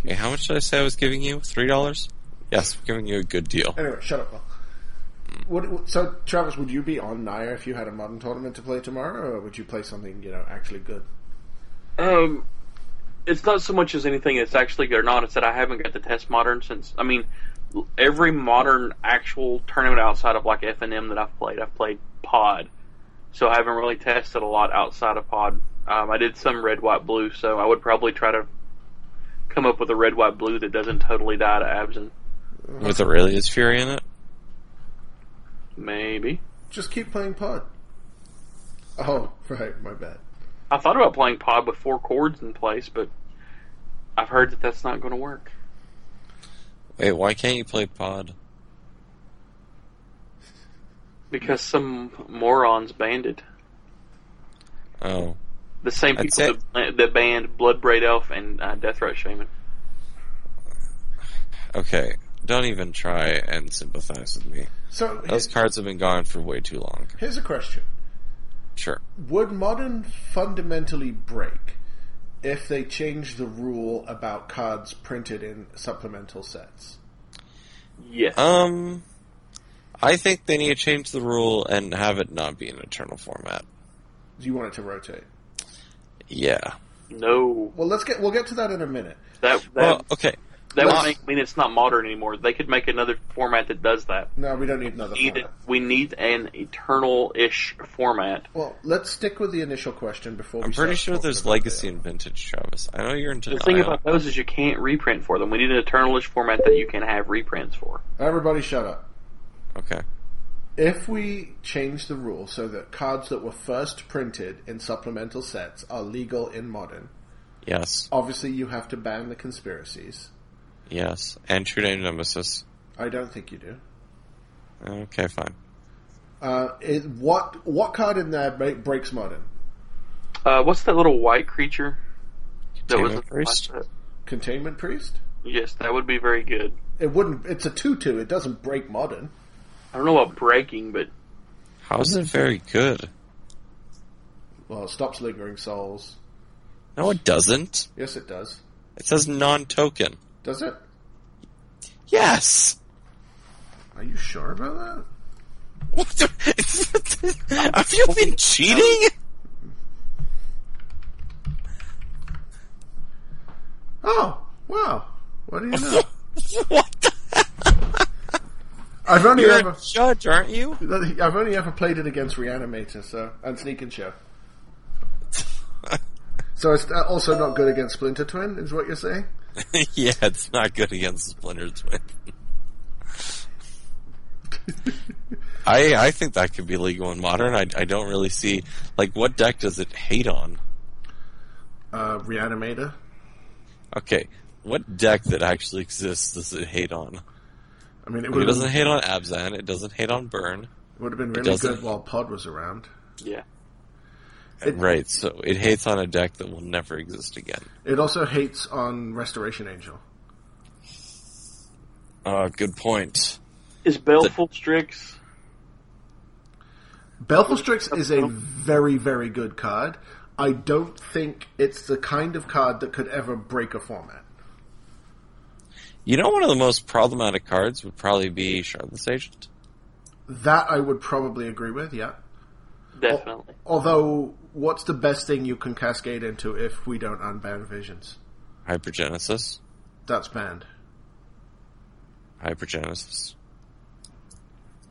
Wait, how much did I say I was giving you? Three dollars? Yes, I'm giving you a good deal.
anyway, shut up. Will. Would, so, Travis, would you be on Naya if you had a modern tournament to play tomorrow, or would you play something you know actually good?
Um, it's not so much as anything that's actually good or not. It's that I haven't got to test modern since. I mean, l- every modern actual tournament outside of like F and M that I've played, I've played Pod, so I haven't really tested a lot outside of Pod. Um, I did some red, white, blue, so I would probably try to come up with a red, white, blue that doesn't totally die to Absent.
With Aurelia's Fury in it?
Maybe.
Just keep playing Pod. Oh, right, my bad.
I thought about playing Pod with four chords in place, but I've heard that that's not going to work.
Wait, why can't you play pod?
Because some morons banned it.
Oh.
The same
I'd
people
say-
that, that banned Bloodbraid Elf and uh, Deathrite Shaman.
Okay. Don't even try and sympathize with me.
So, he-
Those cards have been gone for way too long.
here's a question:
Sure.
Would modern fundamentally break if they changed the rule about cards printed in supplemental sets?
Yes.
Um, I think they need to change the rule and have it not be an eternal format.
Do you want it to rotate?
Yeah.
no.
Well, let's get we'll get to that in a minute.
That that,
Well, okay.
that
let's-
would make, mean it's not modern anymore. They could make another format that does that.
No, we don't need another.
We need,
format.
we need an eternal ish format.
Well, let's stick with the initial question before.
I'm
we
pretty
start
sure
talking
there's
about
legacy
the-
and vintage, Travis. I know you're into
The thing about those is you can't reprint for them. We need an eternal ish format that you can have reprints for.
Everybody, shut up.
Okay.
If we change the rule so that cards that were first printed in supplemental sets are legal in modern,
Yes.
obviously you have to ban the conspiracies.
Yes. And True Name Nemesis.
I don't think you do.
Okay, fine.
Uh, it, what what card in there break, breaks modern?
Uh, what's that little white creature? That was
Containment Priest?
Containment priest.
yes, that would be very good.
It wouldn't. It's a two-two. It doesn't break modern.
I don't know about breaking, but
How is it very good?
Well, it stops lingering souls.
No, it doesn't.
Yes, it does.
It says non-token.
Does it?
Yes.
Are you sure about that?
What the- Have you been cheating?
Oh, wow. What do you know?
what the?
I've only
You're
ever
a judge, aren't you?
I've only ever played it against Reanimator, so and Sneak and Show. So it's uh, also not good against Splinter Twin, is what you're saying?
yeah, it's not good against Splinter Twin. I I think that could be legal in modern. I I don't really see like what deck does it hate on.
Uh, Reanimator.
Okay, what deck that actually exists does it hate on?
I mean, it
It
would
doesn't
have
hate on Abzan. It doesn't hate on Burn.
been
it
really
doesn't.
good while Pod was around.
yeah.
It-
Right. So it hates on a deck that will never exist again.
It also hates on Restoration Angel.
Uh, good point.
Is Baleful Strix?
Baleful Strix is a very, very good card. I don't think it's the kind of card that could ever break a format.
You know, one of the most problematic cards would probably be Charlotte's Agent.
That I would probably agree with, yeah.
Definitely.
Although, what's the best thing you can cascade into if we don't unban visions?
Hypergenesis.
That's banned.
Hypergenesis.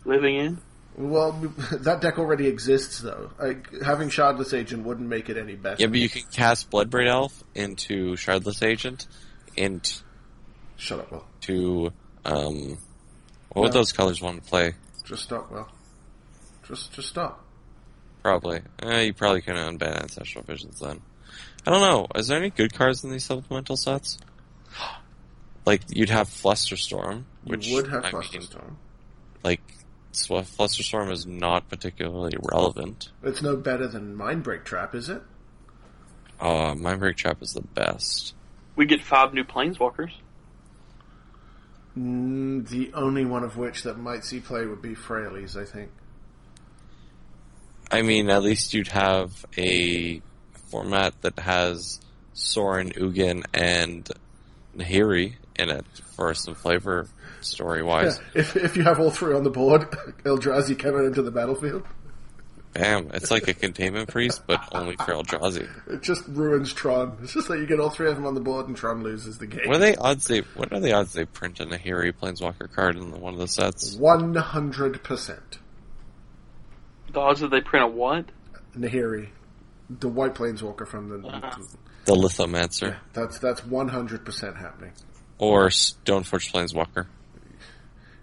Living in?
Well, that deck already exists, though. Like, having Shardless Agent wouldn't make it any better.
Yeah, but you can cast Bloodbraid Elf into Shardless Agent, into
Shut up, Will.
um, What would those colors want to play?
Just stop, Will. Just just stop.
Probably. Eh, you probably couldn't unban Ancestral Visions then. I don't know. Is there any good cards in these supplemental sets? Like, you'd have Flusterstorm, which
you would have
I
Cluster
mean,
Storm.
like, Swift Flusterstorm is not particularly relevant.
It's no better than Mindbreak Trap, is it?
Uh, Mindbreak Trap is the best.
We get five new planeswalkers.
Mm, the only one of which that might see play would be Fraley's, I think.
I mean, at least you'd have a format that has Soren, Ugin, and Nahiri in it for some flavor story
Yeah,
wise.
if, if you have all three on the board, Eldrazi coming into the battlefield,
Bam. It's like a containment priest, but only for Eldrazi.
it just ruins Tron. It's just that you get all three of them on the board and Tron loses the game.
What are they odds they what are the odds they print a Nahiri Planeswalker card in one of the sets?
100%.
The odds that they print a what?
Nahiri, the White Planeswalker from the.
The Lithomancer.
That's, that's 100% happening.
Or Stoneforge Planeswalker.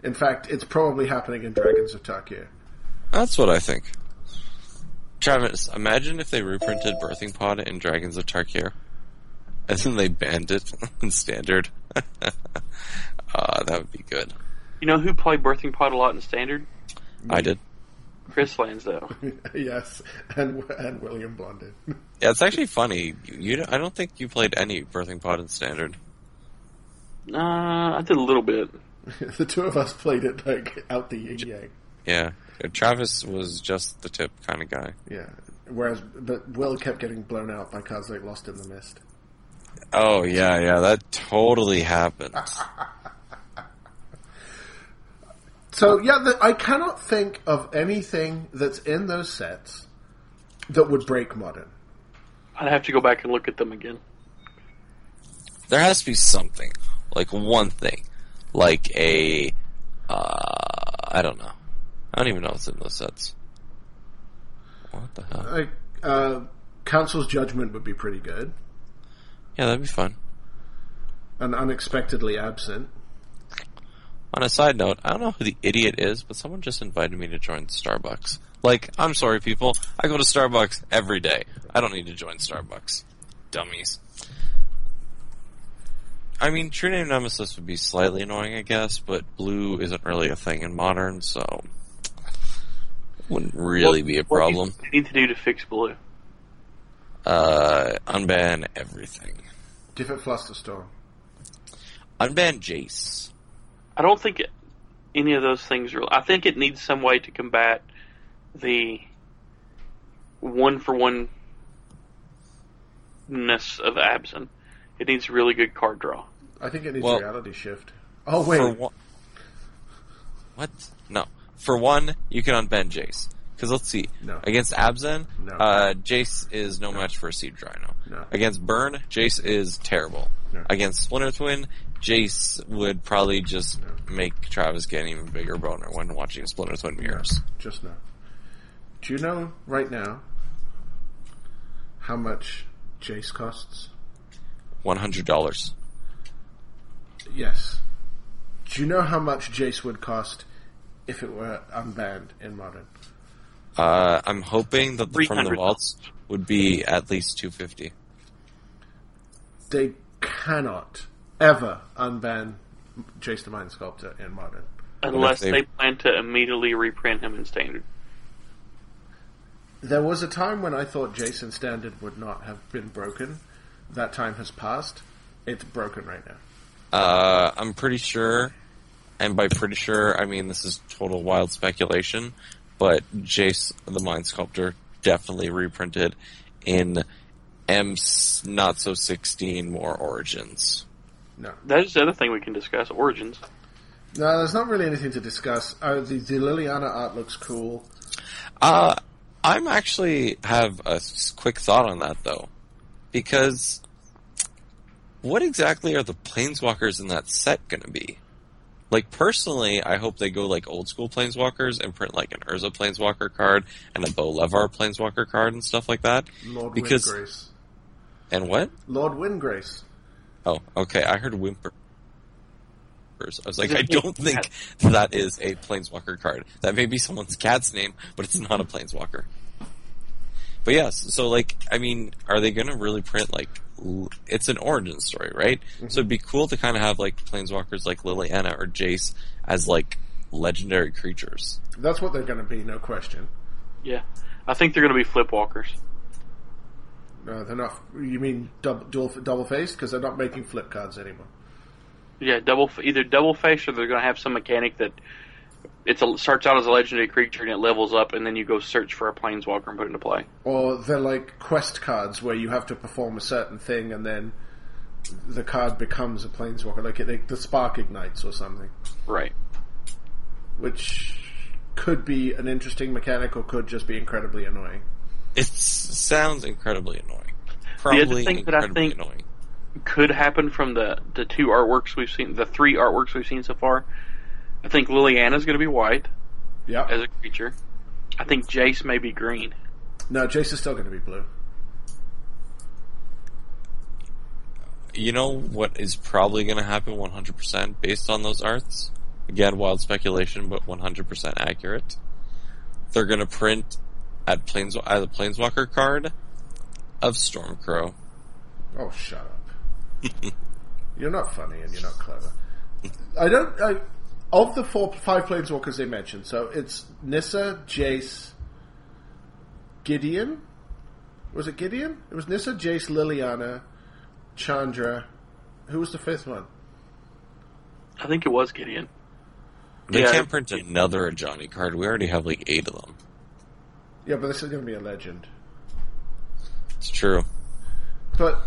In fact, it's probably happening in Dragons of Tarkir.
That's what I think. Travis, imagine if they reprinted Birthing Pod in Dragons of Tarkir. And then they banned it in standard. uh, that would be good.
You know who played Birthing Pod a lot in Standard?
I did.
Chris Lansdale.
yes, and and William Blondin.
Yeah, it's actually funny. You, you- I don't think you played any Birthing Pod in standard.
uh, I did a little bit.
the two of us played it like out the yin yang.
Yeah. Travis was just the tip kind of guy.
Yeah. Whereas, but Will kept getting blown out by cards like Lost in the Mist.
Oh, yeah, yeah, that totally happened.
So yeah, the, I cannot think of anything that's in those sets that would break modern.
I'd have to go back and look at them again.
There has to be something, like one thing, like a, uh, I don't know. I don't even know what's in those sets. What the hell?
Like uh, Council's Judgment would be pretty good,
Yeah, that'd be fun.
and unexpectedly absent.
On a side note, I don't know who the idiot is, but someone just invited me to join Starbucks. Like, I'm sorry, people. I go to Starbucks every day. I don't need to join Starbucks. Dummies. I mean, True Name Nemesis would be slightly annoying, I guess, but blue isn't really a thing in modern, so. Wouldn't really
What-
be a
what do you
problem.
need to do to fix blue.
Uh, unban everything.
Different Flusterstorm.
Unban Jace.
I don't think it, any of those things are. I think it needs some way to combat the one for one ness of Absent. It needs really good card draw.
I think it needs
Well,
a reality shift. Oh wait,
For one, what? No. For one, you can unban Jace. Because let's see.
No.
Against Abzan,
No.
uh, Jace is no, match for a Siege Rhino.
No.
Against Burn, Jace is terrible.
No.
Against Splinter Twin, Jace would probably just
No.
make Travis get an even bigger boner when watching Splinter Twin mirrors.
just now. Do you know right now how much Jace costs?
$100.
Yes. Do you know how much Jace would cost if it were unbanned in modern?
Uh, I'm hoping that the, from the
$300.
vaults would be at least 250
They cannot ever unban Jace the Mind Sculptor in modern.
Unless
they-
they plan to immediately reprint him in standard.
There was a time when I thought Jason Standard would not have been broken. That time has passed. It's broken right now.
Uh, I'm pretty sure, and by pretty sure, I mean this is total wild speculation, but Jace the Mind Sculptor definitely reprinted in M not so 16 more origins.
No.
That is the other thing we can discuss origins.
No, there's not really anything to discuss. Uh, the, the Liliana art looks cool.
Uh, I'm actually have a s- quick thought on that though, because what exactly are the planeswalkers in that set going to be? Like personally, I hope they go like old school planeswalkers and print like an Urza planeswalker card and a Bo Levar planeswalker card and stuff like that.
Lord
Because-
Windgrace.
And what?
Lord Windgrace.
Oh, okay. I heard whimper. planeswalkers. I was like, I don't think that is a planeswalker card. That may be someone's cat's name, but it's not a planeswalker. But yes, so like, I mean, are they gonna really print like? l- It's an origin story, right?
Mm-hmm.
So it'd be cool to kind of have like planeswalkers like Liliana or Jace as like legendary creatures.
That's what they're going to be, no question.
Yeah, I think they're going to be flip walkers.
No, Uh, they're not. You mean double dual, double faced? Because they're not making flip cards anymore.
Yeah, double either double face or they're going to have some mechanic that it's a, starts out as a legendary creature and it levels up, and then you go search for a planeswalker and put it into play.
Or they're like quest cards where you have to perform a certain thing and then the card becomes a planeswalker, like it, like the spark ignites or something,
Right.
which could be an interesting mechanic or could just be incredibly annoying.
It sounds incredibly annoying. Probably
thing that I
incredibly
think-
annoying.
could happen from the the two artworks we've seen, the three artworks we've seen so far. I think Liliana's going to be white
Yeah.
as a creature. I think Jace may be green.
No, Jace is still going to be blue.
You know what is probably going to happen 100% based on those arts? Again, wild speculation, but 100% accurate. They're going to print at planes as a planeswalker card of Stormcrow.
Oh, shut up. you're not funny and you're not clever. I don't. I, of the four, five planeswalkers they mentioned, so it's Nissa, Jace, Gideon. Was it Gideon? It was Nissa, Jace, Liliana, Chandra. Who was the fifth one?
I think it was Gideon.
They
Yeah.
can't print another Johnny card. We already have like eight of them.
Yeah, but this is going to be a legend.
It's true.
But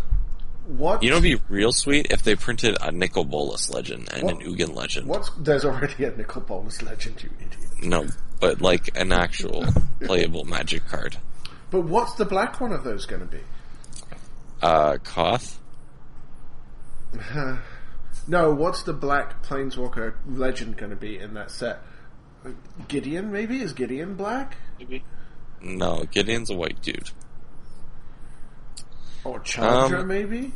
what?
You know, it'd be real sweet if they printed a Nicol Bolas legend and an
What-
Ugin legend.
what's there's already a Nicol Bolas legend, you idiot.
No, but like an actual playable magic card.
But what's the black one of those going to be?
Uh, Koth?
No, what's the black planeswalker legend going to be in that set? Gideon, maybe is Gideon black
Maybe.
No, Gideon's a white dude.
or Chandra?
Um,
maybe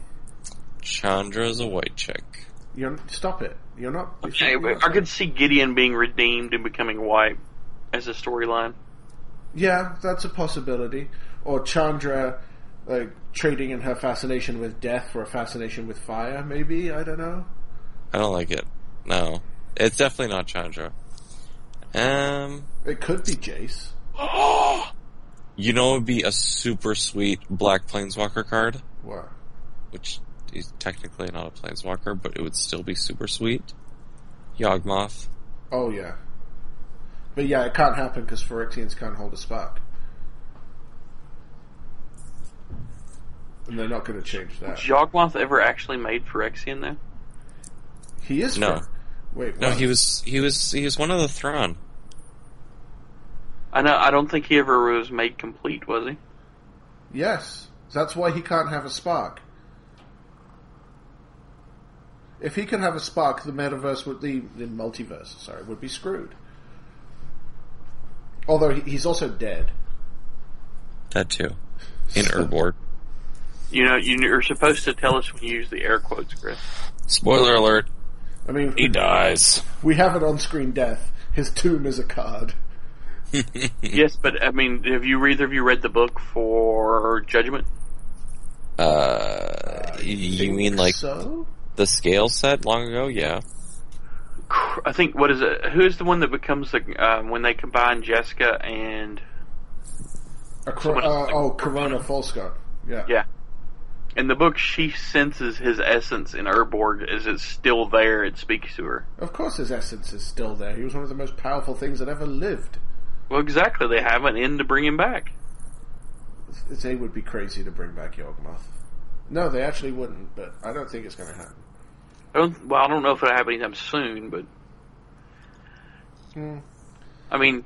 Chandra's a white chick.
you stop it. You're not.
Yeah, but I could see Gideon being redeemed and becoming white as a storyline.
Yeah, that's a possibility. Or Chandra, like trading in her fascination with death for a fascination with fire. Maybe I don't know.
I don't like it. No. It's definitely not Chandra. Um,
It could be Jace.
you know, it would be a super sweet Black Planeswalker card,
What?
which is technically not a Planeswalker, but it would still be super sweet. Yawgmoth.
Oh yeah. But yeah, it can't happen because Phyrexians can't hold a spark. And they're not going to change that.
Jogmoth ever actually made Phyrexian though?
He is
No.
Fur- Wait,
No,
what?
he was, he was, he was one of the Thrawn.
I know. I don't think he ever was made complete, was he?
Yes, that's why he can't have a spark. If he could have a spark, the metaverse would the, the multiverse, sorry, would be screwed. Although he, he's also dead.
That too. In Urborg.
You know, you- you're supposed to tell us when you use the air quotes, Chris.
Spoiler alert,
I mean,
he dies.
we have an on-screen death. His tomb is a card.
Yes, but I mean, have you either of you read the book for Judgment?
Uh, you mean like
so?
the scale set long ago? Yeah.
Cr- I think what is it? Who is the one that becomes the um, when they combine Jessica and
A cor-
Someone
uh,
else-
oh, Corona Falscott. Yeah.
yeah? In the book, she senses his essence in Urborg. Is it still there? It speaks to her.
Of course, his essence is still there. He was one of the most powerful things that ever lived.
Well, exactly. They have an end to bring him back.
They would be crazy to bring back Yawgmoth. No, they actually wouldn't, but I don't think it's going to happen.
I don't, well, I don't know if it'll happen anytime soon, but
Hmm.
I mean,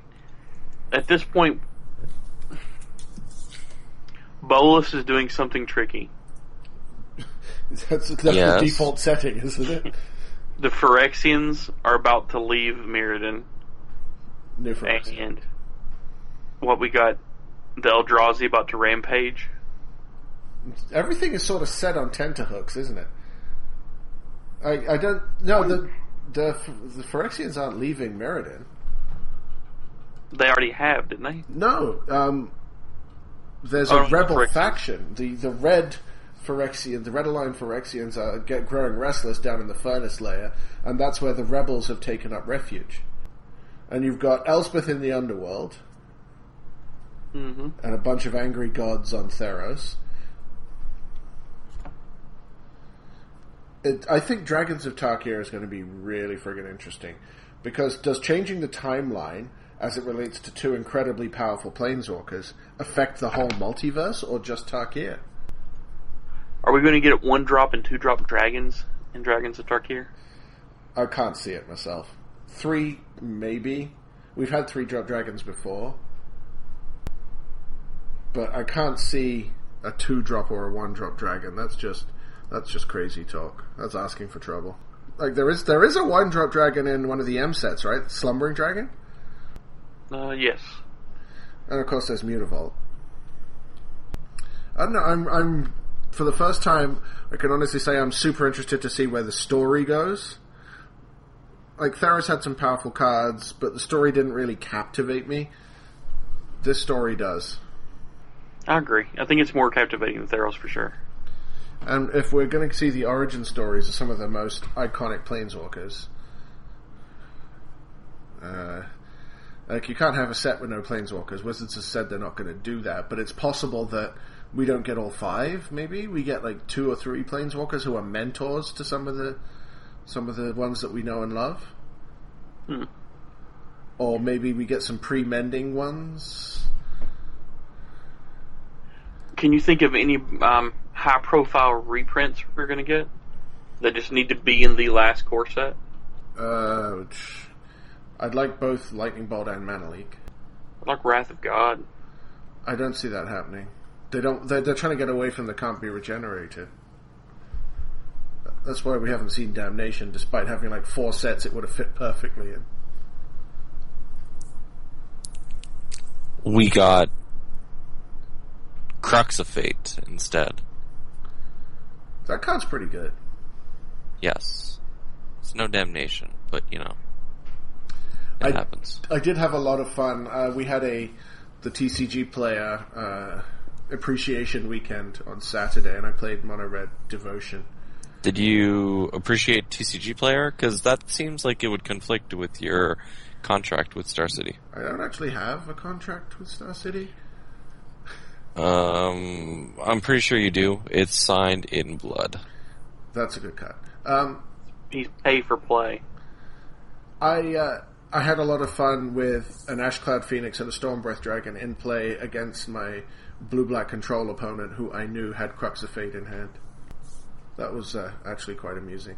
at this point, Bolus is doing something tricky.
That's, that's
Yes.
the default setting, isn't it?
The Phyrexians are about to leave Mirrodin,
New for us.
and what we got, the Eldrazi about to rampage.
Everything is sort of set on tenterhooks, isn't it? I, I don't. No, the the the Phyrexians aren't leaving Meriden.
They already have, didn't they?
No, um, there's
Oh,
a rebel
Phyrexians.
faction. The the red Phyrexian, the red aligned Phyrexians are get growing restless down in the furnace layer, and that's where the rebels have taken up refuge. And you've got Elspeth in the underworld,
Mm-hmm.
and a bunch of angry gods on Theros. It, I think Dragons of Tarkir is going to be really friggin' interesting because does changing the timeline as it relates to two incredibly powerful planeswalkers affect the whole multiverse or just Tarkir?
Are we going to get one drop and two drop dragons in Dragons of Tarkir?
I can't see it myself. Three, maybe. We've had three drop dragons before, but I can't see a two drop or a one drop dragon. That's just that's just crazy talk. That's asking for trouble. Like there is there is a one drop dragon in one of the M sets, right? Slumbering dragon,
Uh, yes.
and of course there's Mutavolt. I don't know. I'm I'm for the first time I can honestly say I'm super interested to see where the story goes. like Theros had some powerful cards, but the story didn't really captivate me. This story does.
I agree. I think it's more captivating than Theros for sure.
And if we're going to see the origin stories of some of the most iconic planeswalkers, uh, like you can't have a set with no planeswalkers. Wizards has said they're not going to do that, but it's possible that we don't get all five. Maybe we get like two or three planeswalkers who are mentors to some of the some of the ones that we know and love.
Hmm.
Or maybe we get some pre-mending ones.
Can you think of any um, high profile reprints we're going to get that just need to be in the last core set?
Uh, which- I'd like both Lightning Bolt and Mana Leak.
Like Wrath of God.
I don't see that happening. They don't. They're, they're trying to get away from the can't be regenerated. That's why we haven't seen Damnation, despite having like four sets it would have fit perfectly in.
We got Crux of Fate instead.
That card's pretty good.
Yes. It's no damnation, but you know. It
I-
happens.
I did have a lot of fun. Uh, we had a the TCG player uh, appreciation weekend on Saturday, and I played Mono Red Devotion.
Did you appreciate TCG Player? Because that seems like it would conflict with your contract with Star City.
I don't actually have a contract with Star City.
Um, I'm pretty sure you do. It's signed in blood.
That's a good card. Um,
He's pay for play.
I uh, I had a lot of fun with an Ash Cloud Phoenix and a Storm Breath Dragon in play against my blue black control opponent, who I knew had Crux of Fate in hand. That was uh, actually quite amusing.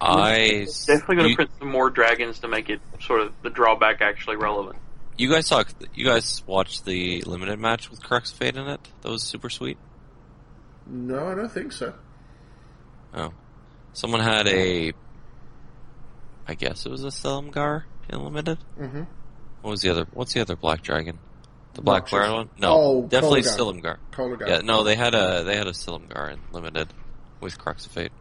I
Definitely going to
you,
print some more dragons to make it sort of the drawback actually relevant.
you guys saw. You guys watched the limited match with Crux Fate in it. That was super sweet.
No, I don't think so.
Oh, someone had a. I guess it was a Selimgar in limited.
Mm-hmm.
What was the other? What's the other black dragon? The black
Noxious.
dragon one? No,
Oh,
definitely
Koligar.
Selimgar.
Koligar.
Yeah, no, they had a they had a Silumgar in limited with Crux of Fate.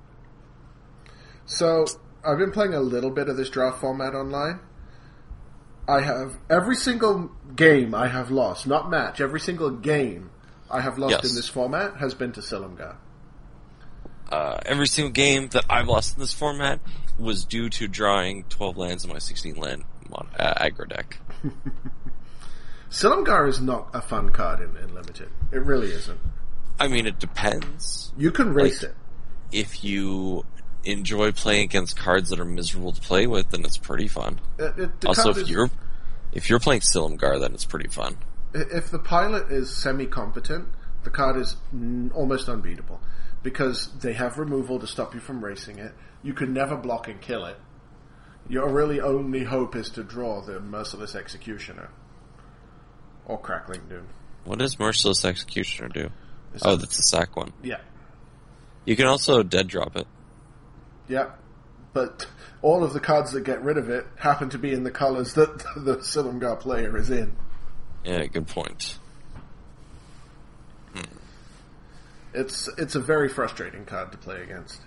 So I've been playing a little bit of this draft format online. I have every single game I have lost, not match. Every single game I have lost
Yes.
in this format has been to Silumgar.
Uh, every single game that I've lost in this format was due to drawing 12 lands in my 16 land mon- uh, aggro deck.
Silumgar is not a fun card in, in limited. It really isn't.
I mean, it depends.
You can race
Like-
it.
If you enjoy playing against cards that are miserable to play with, then it's pretty fun.
It- Uh, it- the
also,
card
if
is-
you're if you're playing Silumgar, then it's pretty fun.
if the pilot is semi-competent, the card is n- almost unbeatable because they have removal to stop you from racing it. You can never block and kill it. Your really only hope is to draw the merciless executioner or crackling doom.
What does Merciless Executioner do?
It's-
Oh, that's the sack one.
yeah,
You can also dead drop it.
yeah. But all of the cards that get rid of it happen to be in the colors that the Silumgar player is in.
Yeah, good point.
It's it's a very frustrating card to play against.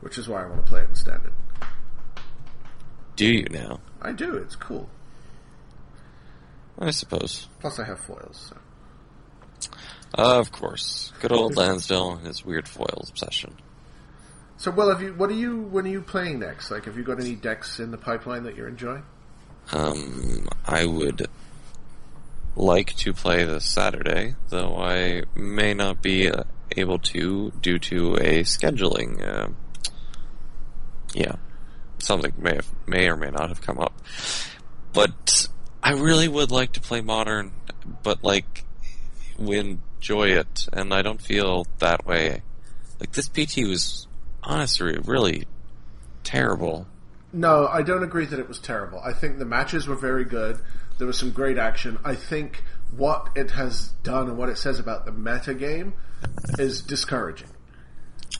which is why I want to play it in standard.
Do you now?
I do. It's cool.
I suppose.
Plus, I have foils. So.
Of course. Good old Lansdale and his weird foils obsession.
So, well, have you? What are you? When are you playing next? Like, have you got any decks in the pipeline that you're enjoying?
Um, I would like to play this Saturday, though I may not be uh, able to due to a scheduling. Uh, yeah, something may have, may or may not have come up, but I really would like to play modern, but like enjoy it, and I don't feel that way. Like this PT was honestly really terrible.
No, I don't agree that it was terrible. I think the matches were very good. There was some great action. I think what it has done and what it says about the meta game is discouraging.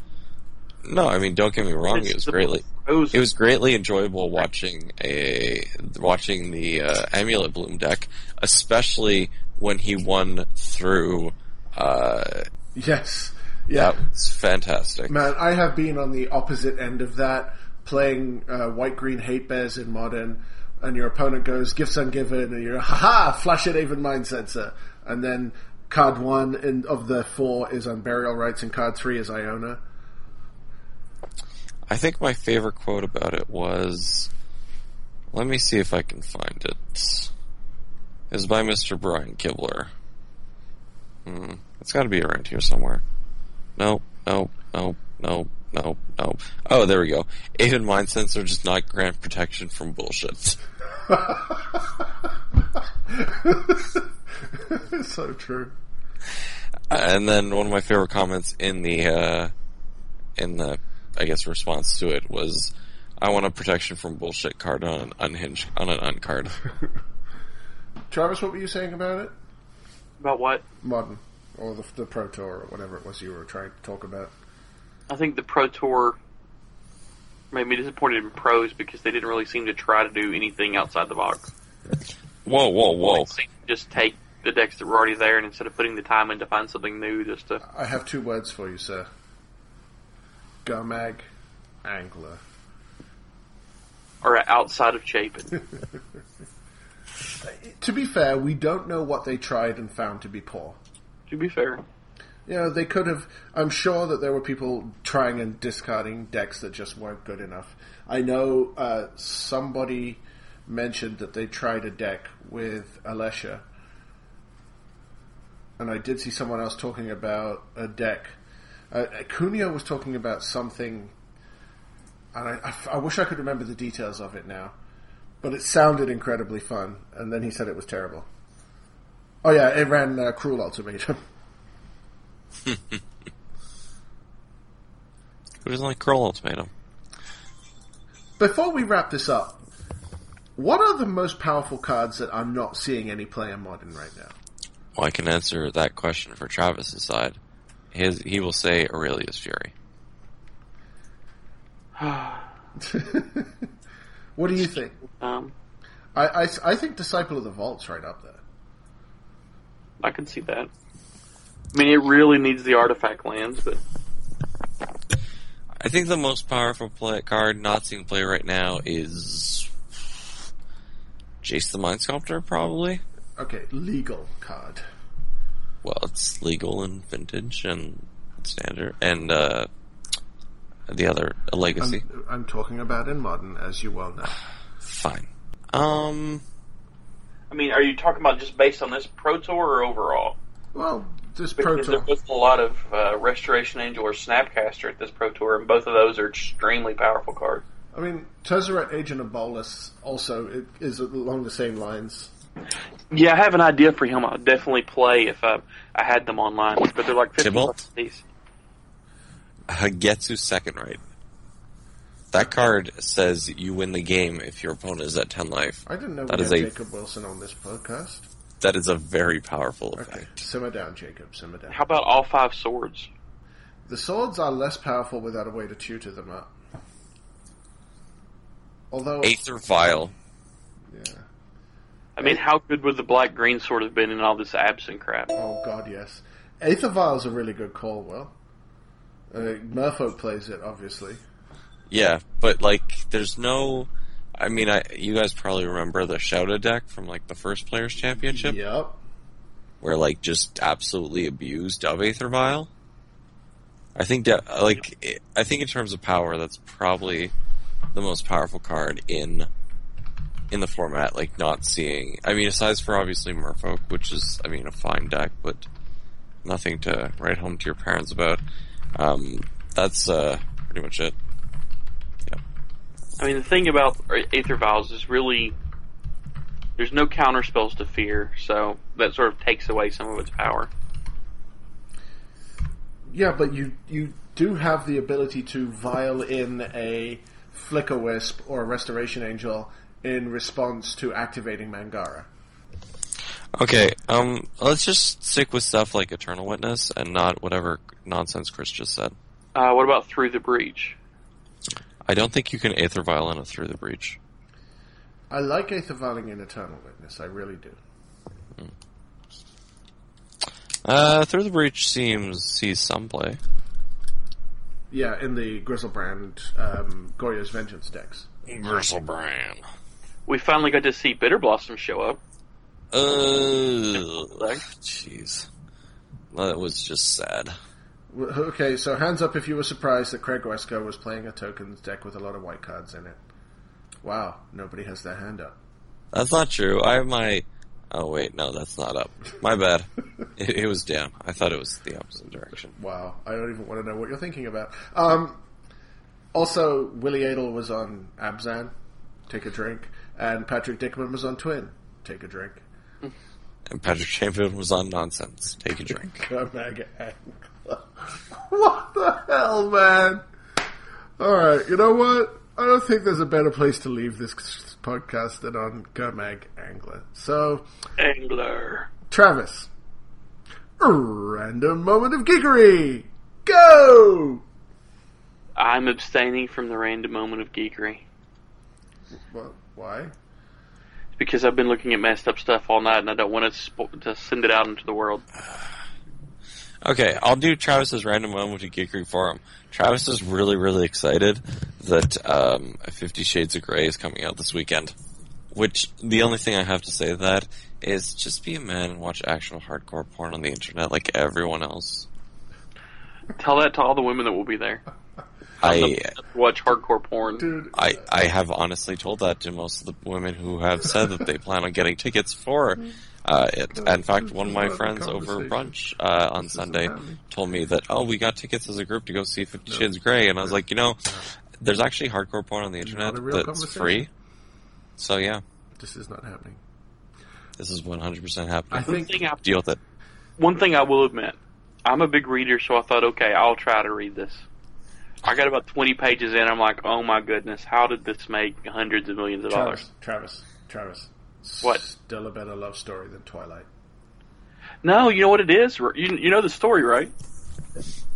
No, I mean don't get me wrong, it was greatly
Those-
it was greatly enjoyable watching a watching the uh, amulet bloom deck, especially when he won through. Uh,
Yes. Yeah.
that was fantastic.
Man, I have been on the opposite end of that, playing uh, white green hate bears in modern, and your opponent goes gifts ungiven, and you're haha flash it even mind sensor, and then card one in, of the four is on burial rights, and card three is Iona.
I think my favorite quote about it was, let me see if I can find it. Is by Mr. Brian Kibler. Hmm, it's got to be around here somewhere. No, no, no, no, no, no. Oh, there we go. Aiden Mind Sensor does not grant protection from bullshit.
so true.
and then one of my favorite comments in the uh, in the I guess response to it was, "I want a protection from bullshit card on an unhinged on an uncard."
Travis, what were you saying about it?
about what?
Modern or the, the Pro Tour or whatever it was you were trying to talk about.
I think the Pro Tour made me disappointed in pros because they didn't really seem to try to do anything outside the box.
Whoa, whoa, whoa!
It seemed to just take the decks that were already there and instead of putting the time in to find something new, just to
I have two words for you, sir. Garmag, angler.
or outside of Chapin.
To be fair, we don't know what they tried and found to be poor.
to be fair,
You know, they could have. I'm sure that there were people trying and discarding decks that just weren't good enough. I know uh, somebody mentioned that they tried a deck with Alesha, and I did see someone else talking about a deck. Uh, Cuneo was talking about something, and I, I f- I wish I could remember the details of it now, but it sounded incredibly fun, and then he said it was terrible. Oh yeah, it ran uh, Cruel Ultimatum.
Who doesn't like curl ultimatum?
Before we wrap this up, what are the most powerful cards that I'm not seeing any play in modern right now?
Well, I can answer that question for Travis's side. His he will say Aurelius Fury.
What do you think?
um,
I, I, I think Disciple of the Vault's right up there.
I can see that. I mean, it really needs the artifact lands, but
I think the most powerful play, card not seeing play right now is Jace the Mind Sculptor, probably.
Okay, legal card.
well, it's legal and vintage and standard and uh, the other a legacy.
I'm, I'm talking about in modern, as you well know.
Fine. Um,
I mean, are you talking about just based on this Pro Tour or overall?
Well, this
Because
Pro
there
Tour.
was a lot of uh, Restoration Angel or Snapcaster at this Pro Tour, and both of those are extremely powerful cards.
I mean, Tezzeret Agent of Bolus also i- is along the same lines.
Yeah, I have an idea for him. I'll definitely play if I, I had them online, but they're like 50
Tybalt?
bucks a piece.
Hagetsu second right. That card says you win the game if your opponent is at ten life.
I didn't know
That
we
is
had
a-
Jacob Wilson on this podcast.
That is a very powerful
Okay,
effect.
simmer down, Jacob, simmer down.
How about all five swords?
The swords are less powerful without a way to tutor them up. Although,
Aether Vial.
yeah.
I mean, how good would the black green sword have been in all this absent crap?
Oh God, yes. Aether Vial's a really good call. Well, uh, Merfolk plays it obviously.
Yeah, but like, there's no. I mean, I you guys probably remember the Shouta deck from like the first Players Championship,
Yep.
where like just absolutely abused of Aether Vial. I think de- like it- I think in terms of power, that's probably the most powerful card in in the format. Like not seeing, I mean, aside for obviously Merfolk, which is I mean a fine deck, but nothing to write home to your parents about. Um, that's uh, pretty much it.
I mean, the thing about Aether Vials is really there's no counter spells to fear, so that sort of takes away some of its power.
Yeah, but you you do have the ability to vial in a Flicker Wisp or a Restoration Angel in response to activating Mangara.
Okay, um, let's just stick with stuff like Eternal Witness and not whatever nonsense Chris just said.
Uh, what about Through the Breach?
I don't think you can Aether Violin through the breach.
I like Aether Vialing in Eternal Witness. I really do.
Uh, through the breach seems sees some play.
Yeah, in the Grizzlebrand um, Goya's Vengeance decks.
Grizzlebrand.
We finally got to see Bitter Blossom show up.
Oh, jeez, that was just sad.
W- Okay, so hands up if you were surprised that Craig Wesco was playing a tokens deck with a lot of white cards in it. Wow, nobody has their hand up.
That's not true. I have my. Oh wait, no, that's not up. My bad. It, it was down. I thought it was the opposite direction.
Wow, I don't even want to know what you're thinking about. Um, also, Willie Adel was on Abzan, take a drink, and Patrick Dickman was on Twin, take a drink.
And Patrick Champion was on nonsense. Take a drink.
Go Mega Angle. what the hell, man? All right, you know what? I don't think there's a better place to leave this podcast than on Gurmag Angler. So,
Angler.
Travis, a random moment of geekery. Go.
I'm abstaining from the random moment of geekery
What? Why?
It's because I've been looking at messed up stuff all night, and I don't want to, spo- to send it out into the world.
Okay, I'll do Travis's random moment of geekery for him. Travis is really, really excited that um, Fifty Shades of Grey is coming out this weekend. Which the only thing I have to say to that is just be a man and watch actual hardcore porn on the internet like everyone else.
Tell that to all the women that will be there.
I
Watch hardcore porn.
Dude,
I I have honestly told that to most of the women who have said that they plan on getting tickets for
Mm-hmm.
uh, it. In fact,
Mm-hmm.
one of my friends over brunch uh, on Sunday told me that oh, we got tickets as a group to go see Fifty Shades of Grey, and I was like, you know, there's actually hardcore porn on the internet
Not a real
that's
conversation.
free. So yeah,
this is not happening.
this is 100%
I
happening.
think
Thing I-
Deal with it.
One thing I will admit, I'm a big reader, so I thought, okay, I'll try to read this. I got about 20 pages in. I'm like, oh my goodness, how did this make hundreds of millions of dollars?
Travis, Travis, Travis.
What?
Still a better love story than Twilight.
No, you know what it is. You, you know the story, right?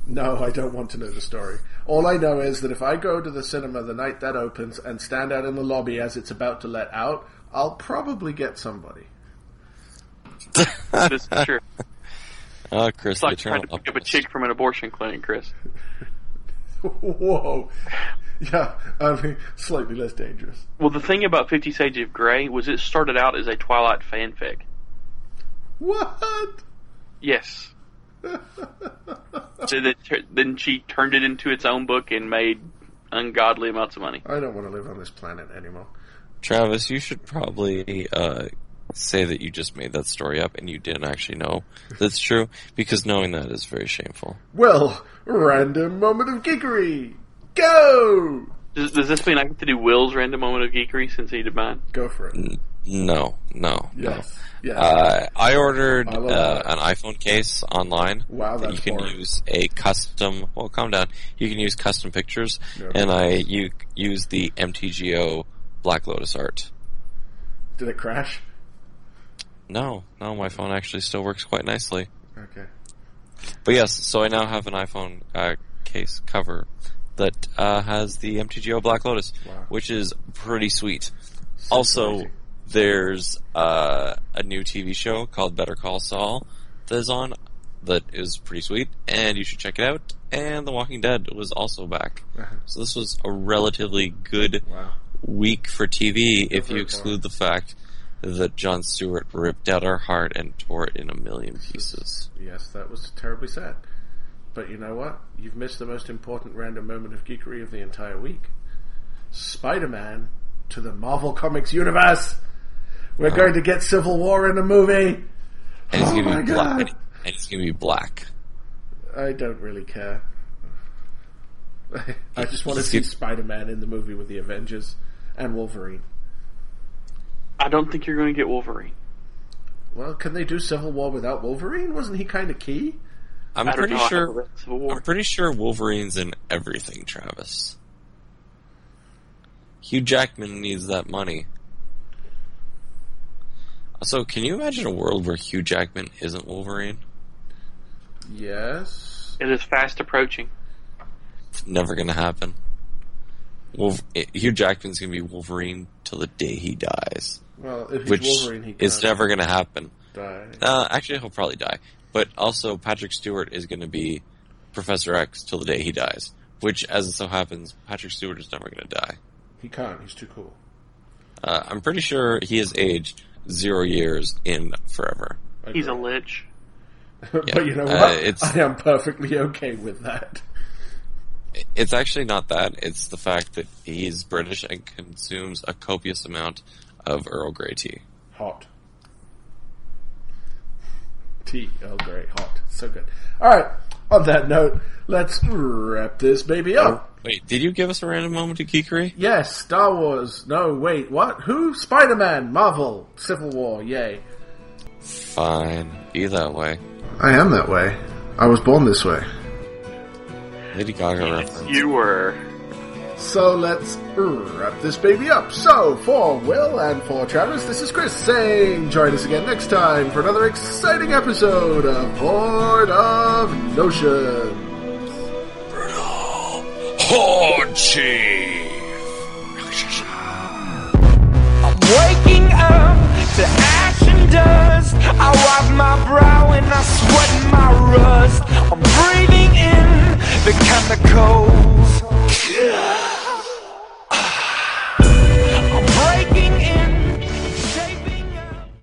No, I don't want to know the story. All I know is that if I go to the cinema the night that opens and stand out in the lobby as it's about to let out, I'll probably get somebody.
This is true.
Oh, Chris,
It's like
the eternal
trying to pick up a
optimist.
chick from an abortion clinic, Chris.
Whoa. Yeah, I mean, slightly less dangerous.
Well, the thing about Fifty Shades of Grey was it started out as a Twilight fanfic.
What?
Yes. so that tur- then she turned it into its own book and made ungodly amounts of money.
I don't want to live on this planet anymore.
Travis, you should probably uh, say that you just made that story up and you didn't actually know that's true, because knowing that is very shameful.
Well, random moment of geekery. Go!
Does, does this mean I get to do Will's random moment of geekery since he did mine?
Go for it.
No, no, no.
Yes. Yes.
Uh, I ordered
I love
uh,
that.
an iPhone case online.
Wow,
that
that's
you can
boring.
use a custom. Well, calm down. You can use custom pictures,
Yeah.
and I you use the MTGO Black Lotus art.
Did it crash?
No, no, my phone actually still works quite nicely.
Okay.
But yes, so I now have an iPhone uh, case cover that uh, has the MTGO Black Lotus,
Wow.
which is pretty sweet.
So
also,
crazy.
there's uh, a new TV show called Better Call Saul that is on that is pretty sweet, and you should check it out. And The Walking Dead was also back.
Uh-huh.
So this was a relatively good
Wow.
week for TV if
very
you exclude the fact that John Stewart ripped out our heart and tore it in a million pieces.
Yes, that was terribly sad. But you know what? You've missed the most important random moment of geekery of the entire week. Spider-Man to the Marvel Comics universe. We're
Uh-huh.
going to get Civil War in a movie.
And it's
Oh
gonna
my
be black.
God.
And, and it's gonna be black.
I don't really care. I just want to
He's
see
good.
Spider-Man in the movie with the Avengers and Wolverine.
I don't think you're going to get Wolverine.
Well, can they do Civil War without Wolverine? Wasn't he kind of key?
I'm
I don't
pretty
know how the
sure.
rest of the
I'm
war.
pretty sure Wolverine's in everything, Travis. Hugh Jackman needs that money. So, can you imagine a world where Hugh Jackman isn't Wolverine?
Yes.
It is fast approaching.
It's never gonna happen. Wolf- Hugh Jackman's gonna be Wolverine till the day he dies,
Well, if he's
which
Wolverine, he
is
can't
never gonna happen.
die.
Uh, actually, he'll probably die. But also, Patrick Stewart is going to be Professor X till the day he dies. Which, as it so happens, Patrick Stewart is never going to die.
He can't. He's too cool.
Uh, I'm pretty sure he is aged zero years in forever.
I
He's a
agree.
lich.
Yeah.
but you know
Uh,
what?
it's-
I am perfectly okay with that.
It's actually not that. It's the fact that he's British and consumes a copious amount of Earl Grey tea.
Hot. Tea Earl Grey oh, hot. So good. All right. On that note, let's wrap this baby up.
Wait, did you give us a random moment of geekery?
Yes, Star Wars. No, wait. What? Who? Spider-Man, Marvel, Civil War. Yay.
Fine. Be that way.
I am that way. I was born this way.
Lady Gaga
Yes,
reference.
you were.
So let's wrap this baby up. So, for Will and for Travis, this is Chris saying join us again next time for another exciting episode of Board of Notion.
Haunchy!